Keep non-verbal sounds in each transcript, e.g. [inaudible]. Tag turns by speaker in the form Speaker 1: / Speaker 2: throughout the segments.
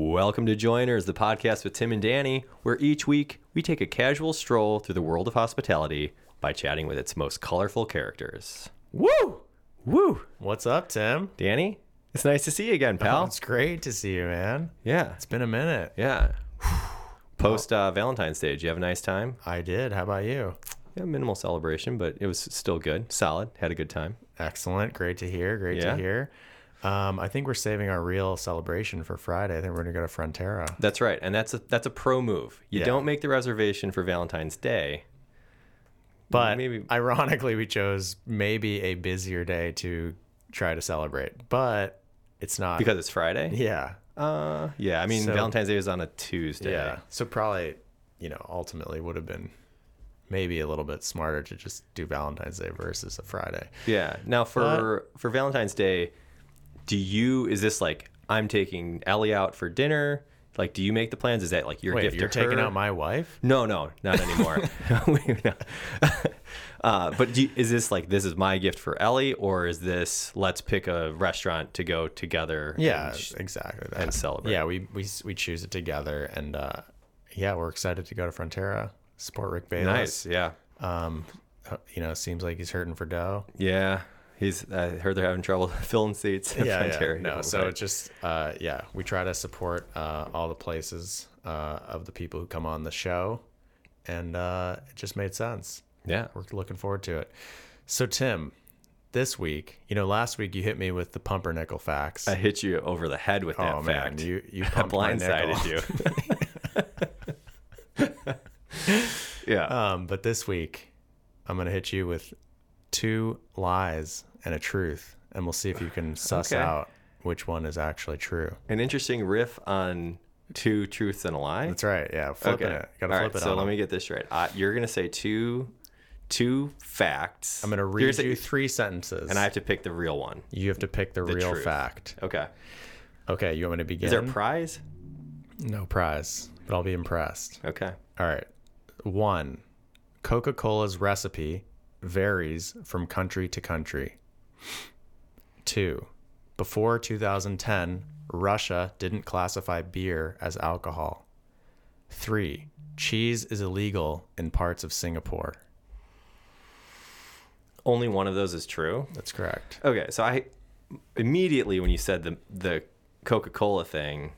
Speaker 1: Welcome to Joiners, the podcast with Tim and Danny, where each week we take a casual stroll through the world of hospitality by chatting with its most colorful characters. Woo! Woo!
Speaker 2: What's up, Tim?
Speaker 1: Danny, it's nice to see you again,
Speaker 2: Oh,
Speaker 1: pal.
Speaker 2: it's great to see you, man.
Speaker 1: yeah.
Speaker 2: It's been a minute.
Speaker 1: Yeah. Post uh, Valentine's Day, did you have a nice time?
Speaker 2: I did. How about you?
Speaker 1: Yeah, minimal celebration, but it was still good, solid, had a good time.
Speaker 2: Excellent. Great to hear. Great
Speaker 1: Yeah.
Speaker 2: to hear. Um, I think we're saving our real celebration for Friday. I think we're gonna go to Frontera.
Speaker 1: That's right, and that's a that's a pro move. You
Speaker 2: Yeah.
Speaker 1: don't make the reservation for Valentine's Day.
Speaker 2: But
Speaker 1: Maybe-
Speaker 2: ironically, we chose maybe a busier day to try to celebrate. But it's not
Speaker 1: Because it's Friday?
Speaker 2: yeah,
Speaker 1: Uh, yeah, I mean,
Speaker 2: So-
Speaker 1: Valentine's Day is on a Tuesday.
Speaker 2: yeah. So probably, you know, ultimately would have been maybe a little bit smarter to just do Valentine's Day versus a Friday.
Speaker 1: Yeah. Now for for Valentine's Day, do you is this like I'm taking Ellie out for dinner? Like, do you make the plans? Is that like your
Speaker 2: Wait,
Speaker 1: gift?
Speaker 2: you're
Speaker 1: to
Speaker 2: taking
Speaker 1: her?
Speaker 2: out my wife?
Speaker 1: No, no, not
Speaker 2: [laughs]
Speaker 1: anymore. [laughs] We- no. [laughs] uh, but do you, is this like this is my gift for Ellie, or is this let's pick a restaurant to go together?
Speaker 2: Yeah,
Speaker 1: and sh-
Speaker 2: exactly. That.
Speaker 1: and celebrate.
Speaker 2: Yeah, we we we choose it together, and uh, yeah, we're excited to go to Frontera. Support Rick
Speaker 1: nice.
Speaker 2: Bayless.
Speaker 1: Yeah,
Speaker 2: Um, uh, you know, seems like he's hurting for [laughs] dough.
Speaker 1: yeah. He's I heard they're having trouble [laughs] filling seats. at Frontier.
Speaker 2: No, so
Speaker 1: Right.
Speaker 2: it's just uh, yeah, we try to support uh, all the places uh, of the people who come on the show, and uh, it just made sense.
Speaker 1: yeah,
Speaker 2: We're looking forward to it. So Tim, this week, you know, last week you hit me with the pumpernickel facts.
Speaker 1: I hit you over the head with that
Speaker 2: oh
Speaker 1: fact.
Speaker 2: man, you
Speaker 1: [laughs]
Speaker 2: you
Speaker 1: I
Speaker 2: pumped my nickel.
Speaker 1: blindsided
Speaker 2: [laughs]
Speaker 1: you. yeah.
Speaker 2: Um, but this week, I'm gonna hit you with two lies and a truth, and we'll see if you can suss
Speaker 1: Okay.
Speaker 2: out which one is actually true.
Speaker 1: An interesting riff on two truths and a lie.
Speaker 2: That's right. Yeah, flipping it. Gotta
Speaker 1: All
Speaker 2: flip
Speaker 1: right,
Speaker 2: it.
Speaker 1: so
Speaker 2: on
Speaker 1: let
Speaker 2: 'em.
Speaker 1: me get this right. Uh, you're gonna say two, two facts.
Speaker 2: I'm gonna
Speaker 1: You're
Speaker 2: read
Speaker 1: say-
Speaker 2: you three sentences,
Speaker 1: and I have to pick the real one.
Speaker 2: you have to pick the, real
Speaker 1: truth.
Speaker 2: fact.
Speaker 1: Okay.
Speaker 2: Okay, you want me to begin?
Speaker 1: Is there a prize?
Speaker 2: no prize, but I'll be impressed.
Speaker 1: Okay.
Speaker 2: All right. One, Coca-Cola's recipe varies from country to country. Two, before 2010, Russia didn't classify beer as alcohol. Three, cheese is illegal in parts of Singapore.
Speaker 1: Only one of those is true.
Speaker 2: That's correct.
Speaker 1: Okay. So I immediately when you said the the Coca Cola thing,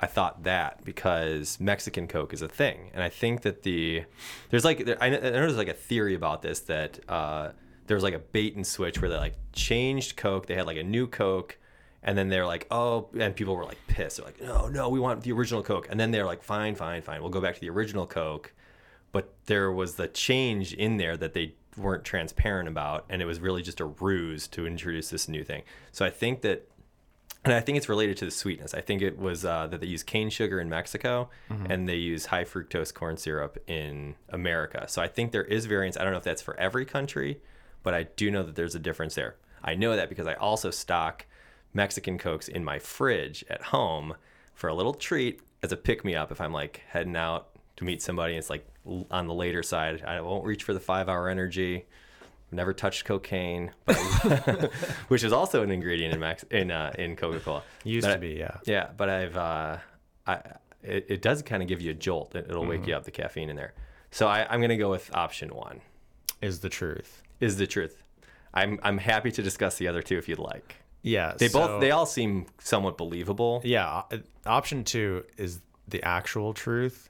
Speaker 1: I thought that because Mexican Coke is a thing, and I think that the there's like there, I, know, I know there's like a theory about this that uh, there was like a bait and switch where they like changed Coke, they had like a new Coke, and then they're like oh, and people were like pissed, they're like no no we want the original Coke, and then they're like fine fine fine we'll go back to the original Coke, but there was the change in there that they weren't transparent about, and it was really just a ruse to introduce this new thing. So I think that and I think it's related to the sweetness. I think it was uh, that they use cane sugar in Mexico
Speaker 2: Mm-hmm.
Speaker 1: and they use high fructose corn syrup in America. So I think there is variance. I don't know if that's for every country, but I do know that there's a difference there. I know that because I also stock Mexican Cokes in my fridge at home for a little treat as a pick me up if I'm like heading out to meet somebody. and It's like l- on the later side. I won't reach for the five hour energy. Never touched cocaine, [laughs] but which is also an ingredient in Max in uh, in Coca Cola.
Speaker 2: Used to be, yeah.
Speaker 1: Yeah, but I've uh, I it, it does kind of give you a jolt. It, it'll
Speaker 2: Mm-hmm.
Speaker 1: wake you up. The caffeine in there. So I, I'm gonna go with option one.
Speaker 2: Is the truth.
Speaker 1: Is the truth. I'm I'm happy to discuss the other two if you'd like.
Speaker 2: Yeah.
Speaker 1: They both they all seem somewhat believable,
Speaker 2: Yeah, o- option 2 is the actual truth.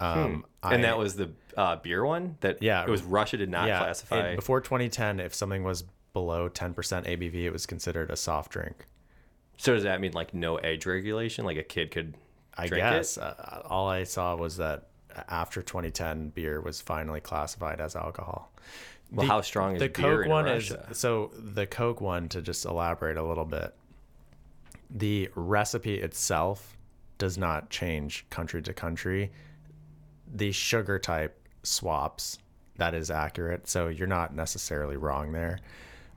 Speaker 2: Um
Speaker 1: Hmm. and that was the uh, beer one that
Speaker 2: Yeah.
Speaker 1: it was Russia did not
Speaker 2: yeah,
Speaker 1: classify.
Speaker 2: in- before 2010, if something was below 10% ABV, it was considered a soft drink.
Speaker 1: so does that mean like no age regulation? Like a kid could
Speaker 2: I
Speaker 1: drink
Speaker 2: guess uh, all I saw was that after 2010, beer was finally classified as alcohol.
Speaker 1: it? Well, how strong is
Speaker 2: the
Speaker 1: beer
Speaker 2: Coke
Speaker 1: in
Speaker 2: one
Speaker 1: Russia?
Speaker 2: is so the Coke one to just elaborate a little bit. The recipe itself does not change country to country. The sugar type swaps. That is accurate. So you're not necessarily wrong there.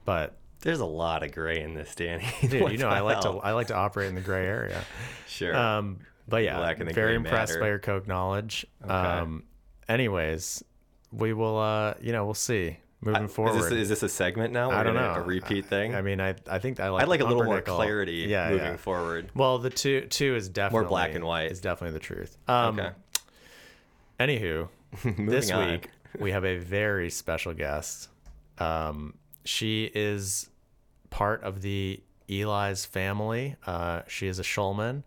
Speaker 2: But
Speaker 1: There's a lot of gray in this,
Speaker 2: [laughs]
Speaker 1: Danny.
Speaker 2: dude,
Speaker 1: What
Speaker 2: you know
Speaker 1: the
Speaker 2: I like to
Speaker 1: hell?
Speaker 2: I like to operate in the gray area.
Speaker 1: sure.
Speaker 2: Um, but yeah,
Speaker 1: Black and the
Speaker 2: very
Speaker 1: gray
Speaker 2: impressed
Speaker 1: matter.
Speaker 2: by your Coke knowledge. Um, anyways, we will, uh, you know, we'll see. moving forward.
Speaker 1: Is this, is this a segment now?
Speaker 2: I
Speaker 1: We're
Speaker 2: don't
Speaker 1: gonna-
Speaker 2: know.
Speaker 1: A repeat thing?
Speaker 2: I mean, I I think I like.
Speaker 1: I'd like a little more
Speaker 2: pumpernickel.
Speaker 1: clarity
Speaker 2: Yeah,
Speaker 1: moving
Speaker 2: yeah.
Speaker 1: forward.
Speaker 2: Well, the two two is definitely
Speaker 1: black and white.
Speaker 2: is definitely the truth. Um,
Speaker 1: Okay. [laughs]
Speaker 2: Anywho, this
Speaker 1: on.
Speaker 2: week we have a very special guest. Um, she is part of the Eli's family. Uh, she is a Shulman,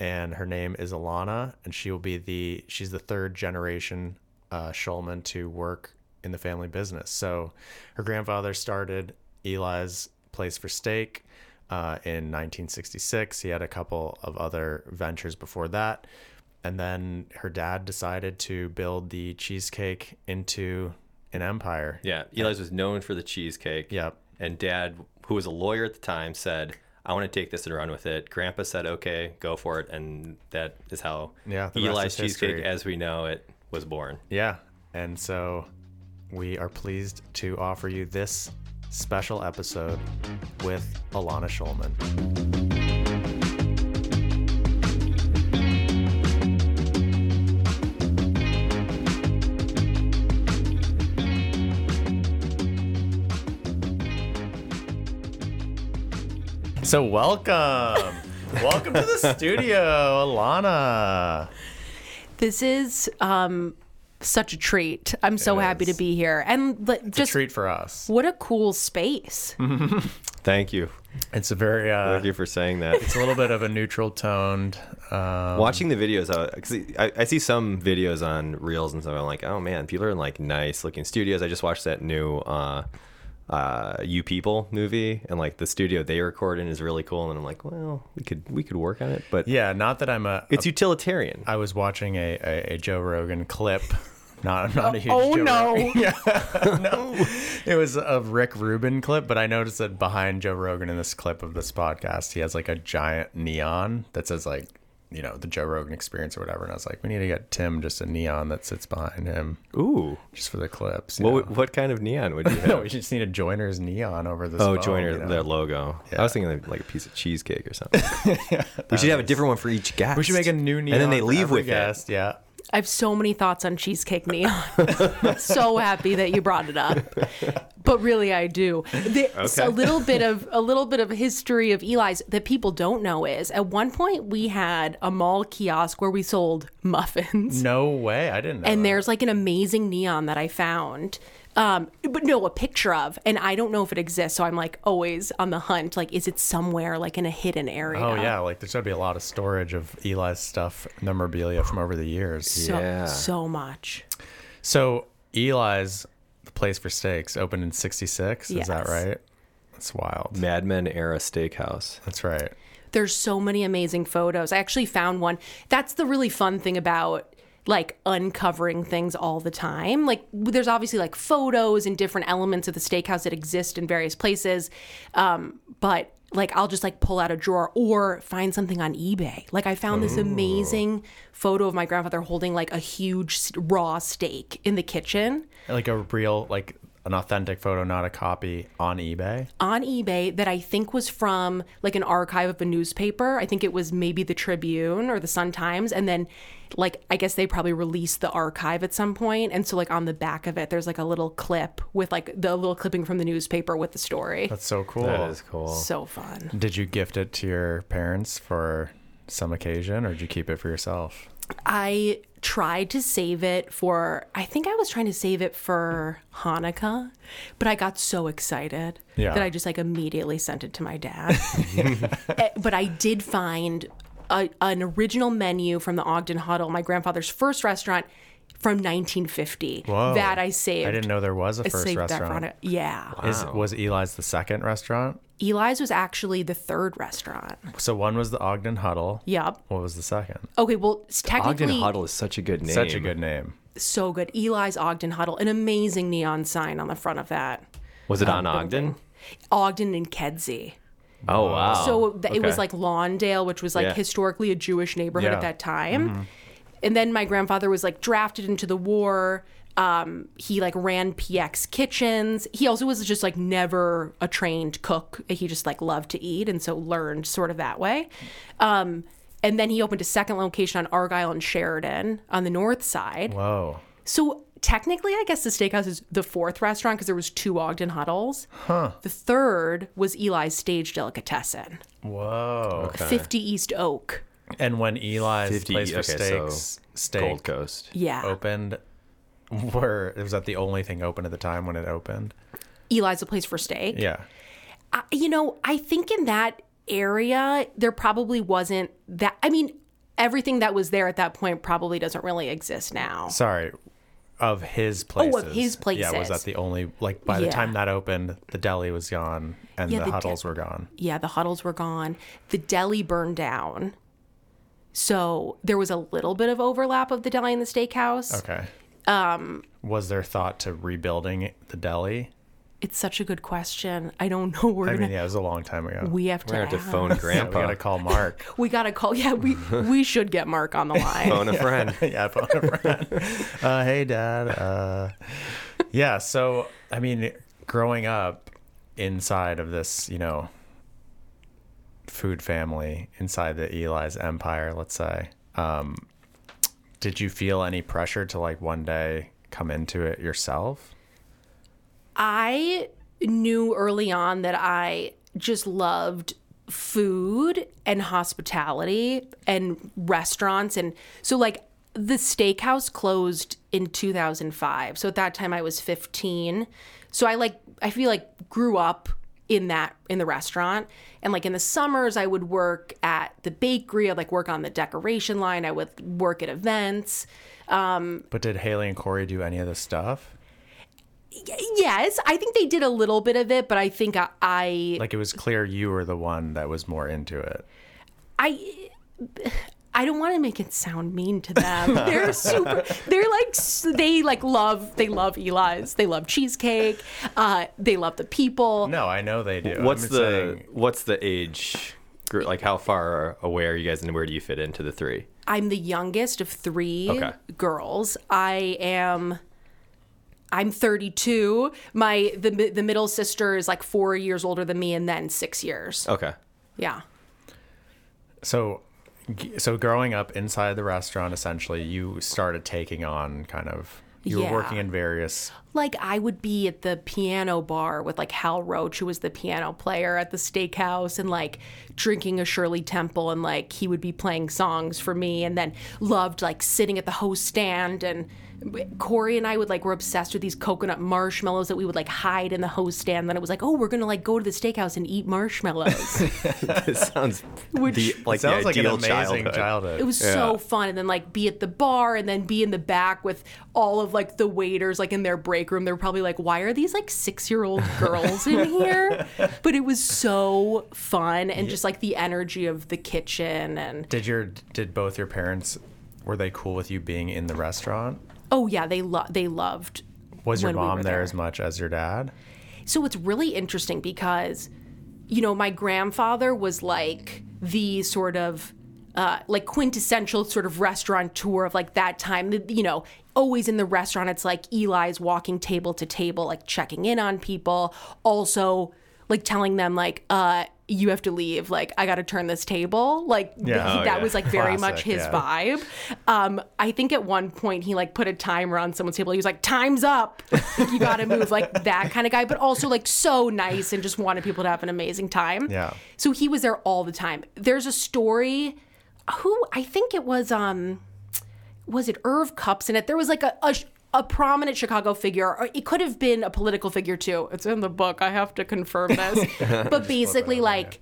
Speaker 2: and her name is Alana, and she will be the she's the third generation uh, Shulman to work in the family business. So, her grandfather started Eli's place for steak. Uh, in 1966, he had a couple of other ventures before that, and then her dad decided to build the cheesecake into an empire.
Speaker 1: Yeah, Eli's was known for the cheesecake.
Speaker 2: Yep.
Speaker 1: And dad, who was a lawyer at the time, said, I want to take this and run with it. Grandpa said, okay, go for it. And that is how
Speaker 2: Yeah, the rest
Speaker 1: Eli's
Speaker 2: is
Speaker 1: cheesecake,
Speaker 2: history.
Speaker 1: as we know it, was born.
Speaker 2: Yeah. And so we are pleased to offer you this special episode with Alana Schulman. So welcome. welcome to the studio, Alana.
Speaker 3: This is um, such a treat. I'm so
Speaker 2: It
Speaker 3: happy to
Speaker 2: is.
Speaker 3: be here. And like,
Speaker 2: It's a
Speaker 3: just
Speaker 2: treat Mm-hmm. for us.
Speaker 3: what a cool space.
Speaker 1: Thank you.
Speaker 2: It's a very uh,
Speaker 1: Thank you for saying that.
Speaker 2: It's a little bit of a neutral toned. Um,
Speaker 1: Watching the videos, I, 'cause I, I see some videos on reels and stuff. I'm like, oh man, people are in like nice looking studios. I just watched that new uh, uh, You People movie, and like the studio they record in is really cool. And I'm like, well, we could we could work on it, but
Speaker 2: yeah, not that I'm a.
Speaker 1: it's utilitarian.
Speaker 2: I was watching a, a, a Joe Rogan clip. [laughs] Not not a huge.
Speaker 3: oh
Speaker 2: Joe
Speaker 3: no.
Speaker 2: Rogan. [laughs]
Speaker 1: [laughs]
Speaker 2: no! It was a Rick Rubin clip, but I noticed that behind Joe Rogan in this clip of this podcast, he has like a giant neon that says like, you know, the Joe Rogan Experience or whatever. And I was like, we need to get Tim just a neon that sits behind him
Speaker 1: Ooh,
Speaker 2: just for the clips. you
Speaker 1: what
Speaker 2: [laughs] know?
Speaker 1: would- what kind of neon
Speaker 2: [laughs]
Speaker 1: would you have?
Speaker 2: we just need a joiner's neon over this.
Speaker 1: Oh,
Speaker 2: phone,
Speaker 1: Joiner,
Speaker 2: you know?
Speaker 1: their logo. I
Speaker 2: Yeah.
Speaker 1: was thinking like a piece of cheesecake
Speaker 2: [laughs]
Speaker 1: or something. we should have a different one for each guest.
Speaker 2: We should make a new neon.
Speaker 1: and then they
Speaker 2: for
Speaker 1: leave
Speaker 2: every
Speaker 1: with it.
Speaker 2: guest. Yeah.
Speaker 3: I have so many thoughts on cheesecake neon. [laughs] so happy that you brought it up. But really I do. There's
Speaker 1: Okay.
Speaker 3: a little bit of a little bit of history of Eli's that people don't know is at one point we had a mall kiosk where we sold muffins.
Speaker 2: No way. I didn't know.
Speaker 3: and
Speaker 2: that.
Speaker 3: there's like an amazing neon that I found. Um, but no, a picture of, and I don't know if it exists. So I'm like always on the hunt. Like, is it somewhere like in a hidden area?
Speaker 2: Oh yeah, like there's got to be a lot of storage of Eli's stuff, memorabilia from over the years.
Speaker 3: So,
Speaker 1: Yeah.
Speaker 3: so much.
Speaker 2: So Eli's, the place for steaks, opened in '66. Is that
Speaker 3: Yes.
Speaker 2: right? That's wild.
Speaker 1: Mad Men era steakhouse.
Speaker 2: That's right.
Speaker 3: There's so many amazing photos. I actually found one. That's the really fun thing about like uncovering things all the time. Like there's obviously like photos and different elements of the steakhouse that exist in various places. Um, but like I'll just like pull out a drawer or find something on eBay. Like I found this amazing photo of my grandfather holding like a huge s- raw steak in the kitchen
Speaker 2: Like a real, like an authentic photo, not a copy, on eBay.
Speaker 3: on eBay that I think was from like an archive of a newspaper. I think it was maybe the Tribune or the Sun Times. And then, like, I guess they probably released the archive at some point. And so, like, on the back of it, there's like a little clip with like the little clipping from the newspaper with the story.
Speaker 2: That's so cool.
Speaker 1: That is cool.
Speaker 3: so fun.
Speaker 2: Did you gift it to your parents for some occasion, or did you keep it for yourself?
Speaker 3: I tried to save it for, I think I was trying to save it for Hanukkah, but I got so excited
Speaker 2: Yeah.
Speaker 3: that I just like immediately sent it to my dad. [laughs] Eh, but I did find a, an original menu from the Ogden Huddle, my grandfather's first restaurant from 1950.
Speaker 2: Whoa.
Speaker 3: That I saved.
Speaker 2: I didn't know there was a
Speaker 3: I
Speaker 2: first
Speaker 3: saved that
Speaker 2: restaurant.
Speaker 3: for Hanukkah. Yeah.
Speaker 2: Is, was Eli's the second restaurant?
Speaker 3: Eli's was actually the third restaurant.
Speaker 2: So one was the Ogden Huddle.
Speaker 3: Yep.
Speaker 2: What was the second?
Speaker 3: Okay, well, s-
Speaker 1: Ogden
Speaker 3: technically,
Speaker 1: Huddle is such a good name.
Speaker 2: Such a good name.
Speaker 3: so good. Eli's Ogden Huddle, an amazing neon sign on the front of that.
Speaker 1: Was it on Ogden?
Speaker 3: Ogden and Kedzie.
Speaker 1: Oh wow!
Speaker 3: So th- it was
Speaker 1: Okay.
Speaker 3: like Lawndale, which was like
Speaker 1: Yeah. Mm-hmm.
Speaker 3: historically a Jewish neighborhood
Speaker 2: Yeah.
Speaker 3: at that time. And then my grandfather was like drafted into the war. Um, he like ran PX kitchens. He also was just like never a trained cook. He just like loved to eat and so learned sort of that way. Um, and then he opened a second location on Argyle and Sheridan on the north side.
Speaker 2: Whoa.
Speaker 3: So technically, I guess the steakhouse is the fourth restaurant because there was two Ogden Huddles. Huh. The third was Eli's Stage Delicatessen,
Speaker 2: Whoa.
Speaker 1: Okay.
Speaker 3: 50 East Oak.
Speaker 2: And when Eli's
Speaker 1: 50
Speaker 2: place for
Speaker 1: okay, so
Speaker 2: steaks steak
Speaker 1: Gold Coast.
Speaker 3: Yeah.
Speaker 2: opened, were was that the only thing open at the time when it opened?
Speaker 3: Eli's a place for steak.
Speaker 2: Yeah.
Speaker 3: I- you know, I think in that area, there probably wasn't that. I mean, everything that was there at that point probably doesn't really exist now.
Speaker 2: Sorry. Of his places.
Speaker 3: Oh, his
Speaker 2: Yeah, was
Speaker 3: places.
Speaker 2: that the only like by the
Speaker 3: Yeah.
Speaker 2: time that opened, the deli was gone and
Speaker 3: Yeah,
Speaker 2: the,
Speaker 3: the de-
Speaker 2: huddles were gone.
Speaker 3: Yeah, the huddles were gone. The deli burned down. So there was a little bit of overlap of the deli and the steakhouse.
Speaker 2: Okay. Um was there thought to rebuilding the deli?
Speaker 3: It's such a good question. I don't [laughs] know. We're
Speaker 2: I
Speaker 3: gonna
Speaker 2: mean, yeah, it was a long time ago.
Speaker 3: we have to,
Speaker 1: We're gonna have to [laughs]
Speaker 3: ask.
Speaker 1: phone
Speaker 2: Yeah, we
Speaker 1: Grandpa.
Speaker 2: gotta call Mark.
Speaker 3: [laughs] We gotta call. Yeah, we we should get
Speaker 1: [laughs]
Speaker 3: Mark on the line.
Speaker 1: phone a friend.
Speaker 2: [laughs] yeah, phone a friend. uh, hey, Dad. Uh, yeah. So, I mean, growing up inside of this, you know, food family inside the Eli's empire, let's say, um, did you feel any pressure to like one day come into it yourself?
Speaker 3: I knew early on that I just loved food and hospitality and restaurants. And so, like, the steakhouse closed in 2005. So at that time, I was 15. So I like, I feel like grew up in that in the restaurant and like in the summers i would work at the bakery i'd like work on the decoration line i would work at events
Speaker 2: But did Haley and Corey do any of this stuff?
Speaker 3: yes i think they did a little bit of it but i think i, I
Speaker 2: Like, it was clear you were the one that was more into it.
Speaker 3: I I don't want to make it sound mean to them. They're super. They're like s- they like love. They love Eli's. They love cheesecake. Uh, they love the people.
Speaker 2: No, I know they do. I'm
Speaker 1: What's
Speaker 2: just
Speaker 1: the
Speaker 2: saying-
Speaker 1: what's the age group? Like how far away are you guys and where do you fit into the three?
Speaker 3: I'm the youngest of three
Speaker 1: Okay.
Speaker 3: girls. I am. I'm 32. My the mi- the middle sister is like four years older than me, and then six years.
Speaker 1: Okay. [laughs]
Speaker 3: Yeah.
Speaker 2: So, g- so growing up inside the restaurant, essentially, you started taking on kind of. You
Speaker 3: Yeah.
Speaker 2: were working in various.
Speaker 3: like I would be at the piano bar with like Hal Roach, who was the piano player at the steakhouse, and like drinking a Shirley Temple, and like he would be playing songs for me, and then loved like sitting at the host stand. And Corey and I would like were obsessed with these coconut marshmallows that we would like hide in the host stand. Then it was like, oh, we're gonna like go to the steakhouse and eat marshmallows.
Speaker 1: This sounds the, like
Speaker 2: It
Speaker 1: the
Speaker 2: sounds like an
Speaker 1: ideal
Speaker 2: amazing
Speaker 1: childhood.
Speaker 2: childhood.
Speaker 3: It was so fun. And then like be at the bar and then be in the back with all of like the waiters like in their break room. They're probably like, why are these like six year
Speaker 2: [laughs]
Speaker 3: old girls in here? But it was so fun and just like the energy of the kitchen and
Speaker 2: Did your did both your parents were they cool with you being in the restaurant?
Speaker 3: oh yeah, they lo- they loved
Speaker 2: Was your
Speaker 3: when we
Speaker 2: mom
Speaker 3: were
Speaker 2: there
Speaker 3: there.
Speaker 2: as much as your dad?
Speaker 3: So it's really interesting because, you know, my grandfather was like the sort of uh, like quintessential sort of restaurateur of like that time. The- You know, always in the restaurant, it's like Eli's walking table to table, like checking in on people. Also, like telling them like, uh, you have to leave. Like, I got to turn this table. Like,
Speaker 2: Yeah.
Speaker 3: he-
Speaker 2: Oh,
Speaker 3: that
Speaker 1: yeah.
Speaker 3: was like very
Speaker 2: Classic,
Speaker 3: much his
Speaker 2: yeah.
Speaker 3: vibe. Um, I think at one point he like put a timer on someone's table. He was like, "Time's up, Like, you gotta move," like that kind of guy. But also like so nice and just wanted people to have an amazing time.
Speaker 2: Yeah.
Speaker 3: So he was there all the time. There's a story. Who I think it was. Um, was it Irv Cups in it? There was like a. a a prominent Chicago figure, or it could have been a political figure too. It's in the book. I have to confirm this.
Speaker 2: [laughs]
Speaker 3: but basically, like,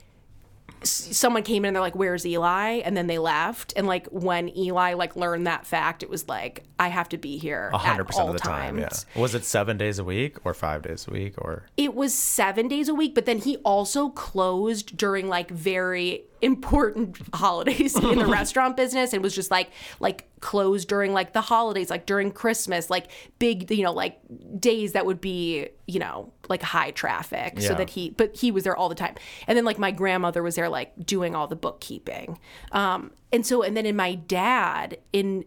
Speaker 3: someone came in and they're like where's eli and then they left and like when eli like learned that fact it was like i have to be here
Speaker 2: A hundred
Speaker 3: at
Speaker 2: percent
Speaker 3: all
Speaker 2: of the time.
Speaker 3: times
Speaker 2: Yeah. Was it seven days a week or five days a week or?
Speaker 3: it was seven days a week but then he also closed during like very important [laughs] holidays in the restaurant business and was just like like closed during like the holidays like during christmas like big you know like days that would be you know like high traffic so
Speaker 2: Yeah.
Speaker 3: that he but he was there all the time and then like my grandmother was there like doing all the bookkeeping um and so and then in my dad in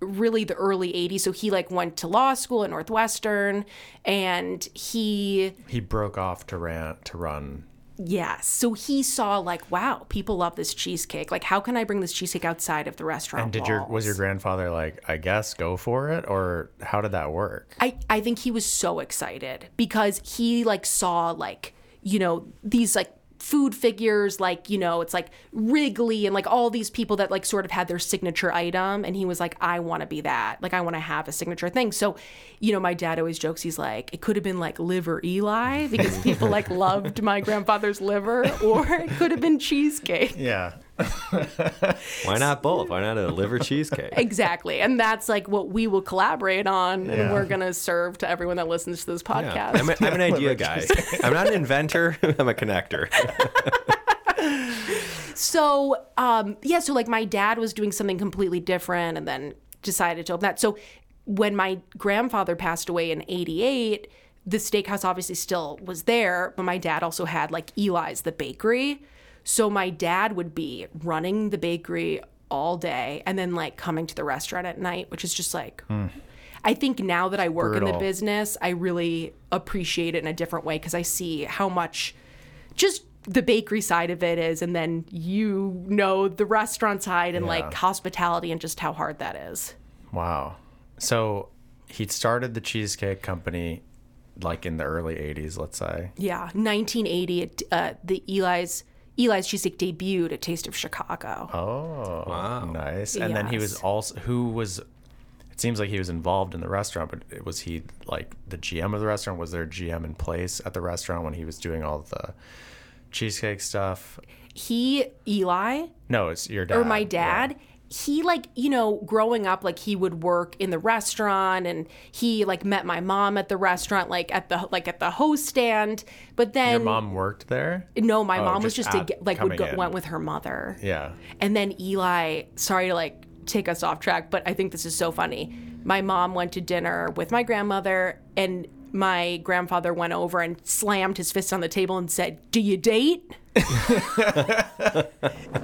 Speaker 3: really the early 80s so he like went to law school at northwestern and he
Speaker 2: He broke off to ran to run
Speaker 3: Yes. So he saw like, wow, people love this cheesecake. Like, how can I bring this cheesecake outside of the restaurant?
Speaker 2: And did your was your
Speaker 3: walls?
Speaker 2: grandfather like, I guess go for it, or how did that work?
Speaker 3: I, I think he was so excited because he like saw like you know these like food figures like you know it's like Wrigley and like all these people that like sort of had their signature item and he was like I want to be that like I want to have a signature thing so you know my dad always jokes he's like it could have been like liver Eli because people
Speaker 2: [laughs]
Speaker 3: like loved my grandfather's liver or it could have been cheesecake
Speaker 2: Yeah.
Speaker 1: Why not both? Why not a
Speaker 3: [laughs]
Speaker 1: liver cheesecake? [laughs]
Speaker 3: exactly and that's like what we will collaborate on and
Speaker 2: Yeah.
Speaker 3: we're gonna serve to everyone that listens to this podcast
Speaker 1: Yeah. I'm, a, I'm [laughs] an idea guy. I'm not an inventor. [laughs] I'm a connector.
Speaker 3: so um yeah so like my dad was doing something completely different and then decided to open that so when my grandfather passed away in 88 the steakhouse obviously still was there but my dad also had like eli's the bakery so my dad would be running the bakery all day and then like coming to the restaurant at night which is just like I think now that I work in the
Speaker 2: Brutal.
Speaker 3: business, I really appreciate it in a different way because I see how much just the bakery side of it is, and then you know the restaurant side and like
Speaker 2: Yeah.
Speaker 3: hospitality and just how hard that is.
Speaker 2: Wow. So he started the cheesecake company like in the early 80s, let's say.
Speaker 3: Yeah, 1980, it, uh, the Eli's Eli's cheesecake debuted at Taste of Chicago.
Speaker 2: Oh, nice. And then he was
Speaker 3: Yes.
Speaker 2: also who was it seems like he was involved in the restaurant, but was he like the GM of the restaurant? Was there a GM in place at the restaurant when he was doing all the cheesecake stuff?
Speaker 3: He Eli
Speaker 2: No, it's your dad.
Speaker 3: or
Speaker 2: Uh,
Speaker 3: my
Speaker 2: yeah.
Speaker 3: dad he like you know growing up like he would work in the restaurant and he like met my mom at the restaurant like at the like at the host stand but then
Speaker 2: Your mom worked there?
Speaker 3: no my
Speaker 2: Oh,
Speaker 3: mom was
Speaker 2: just
Speaker 3: just a,
Speaker 2: at-
Speaker 3: ge- like
Speaker 2: coming
Speaker 3: would go
Speaker 2: in.
Speaker 3: went with her mother
Speaker 2: Yeah.
Speaker 3: and then Eli, sorry to like take us off track, but I think this is so funny. My mom went to dinner with my grandmother, and my grandfather went over and slammed his fist on the table and said, "Do you date?" [laughs]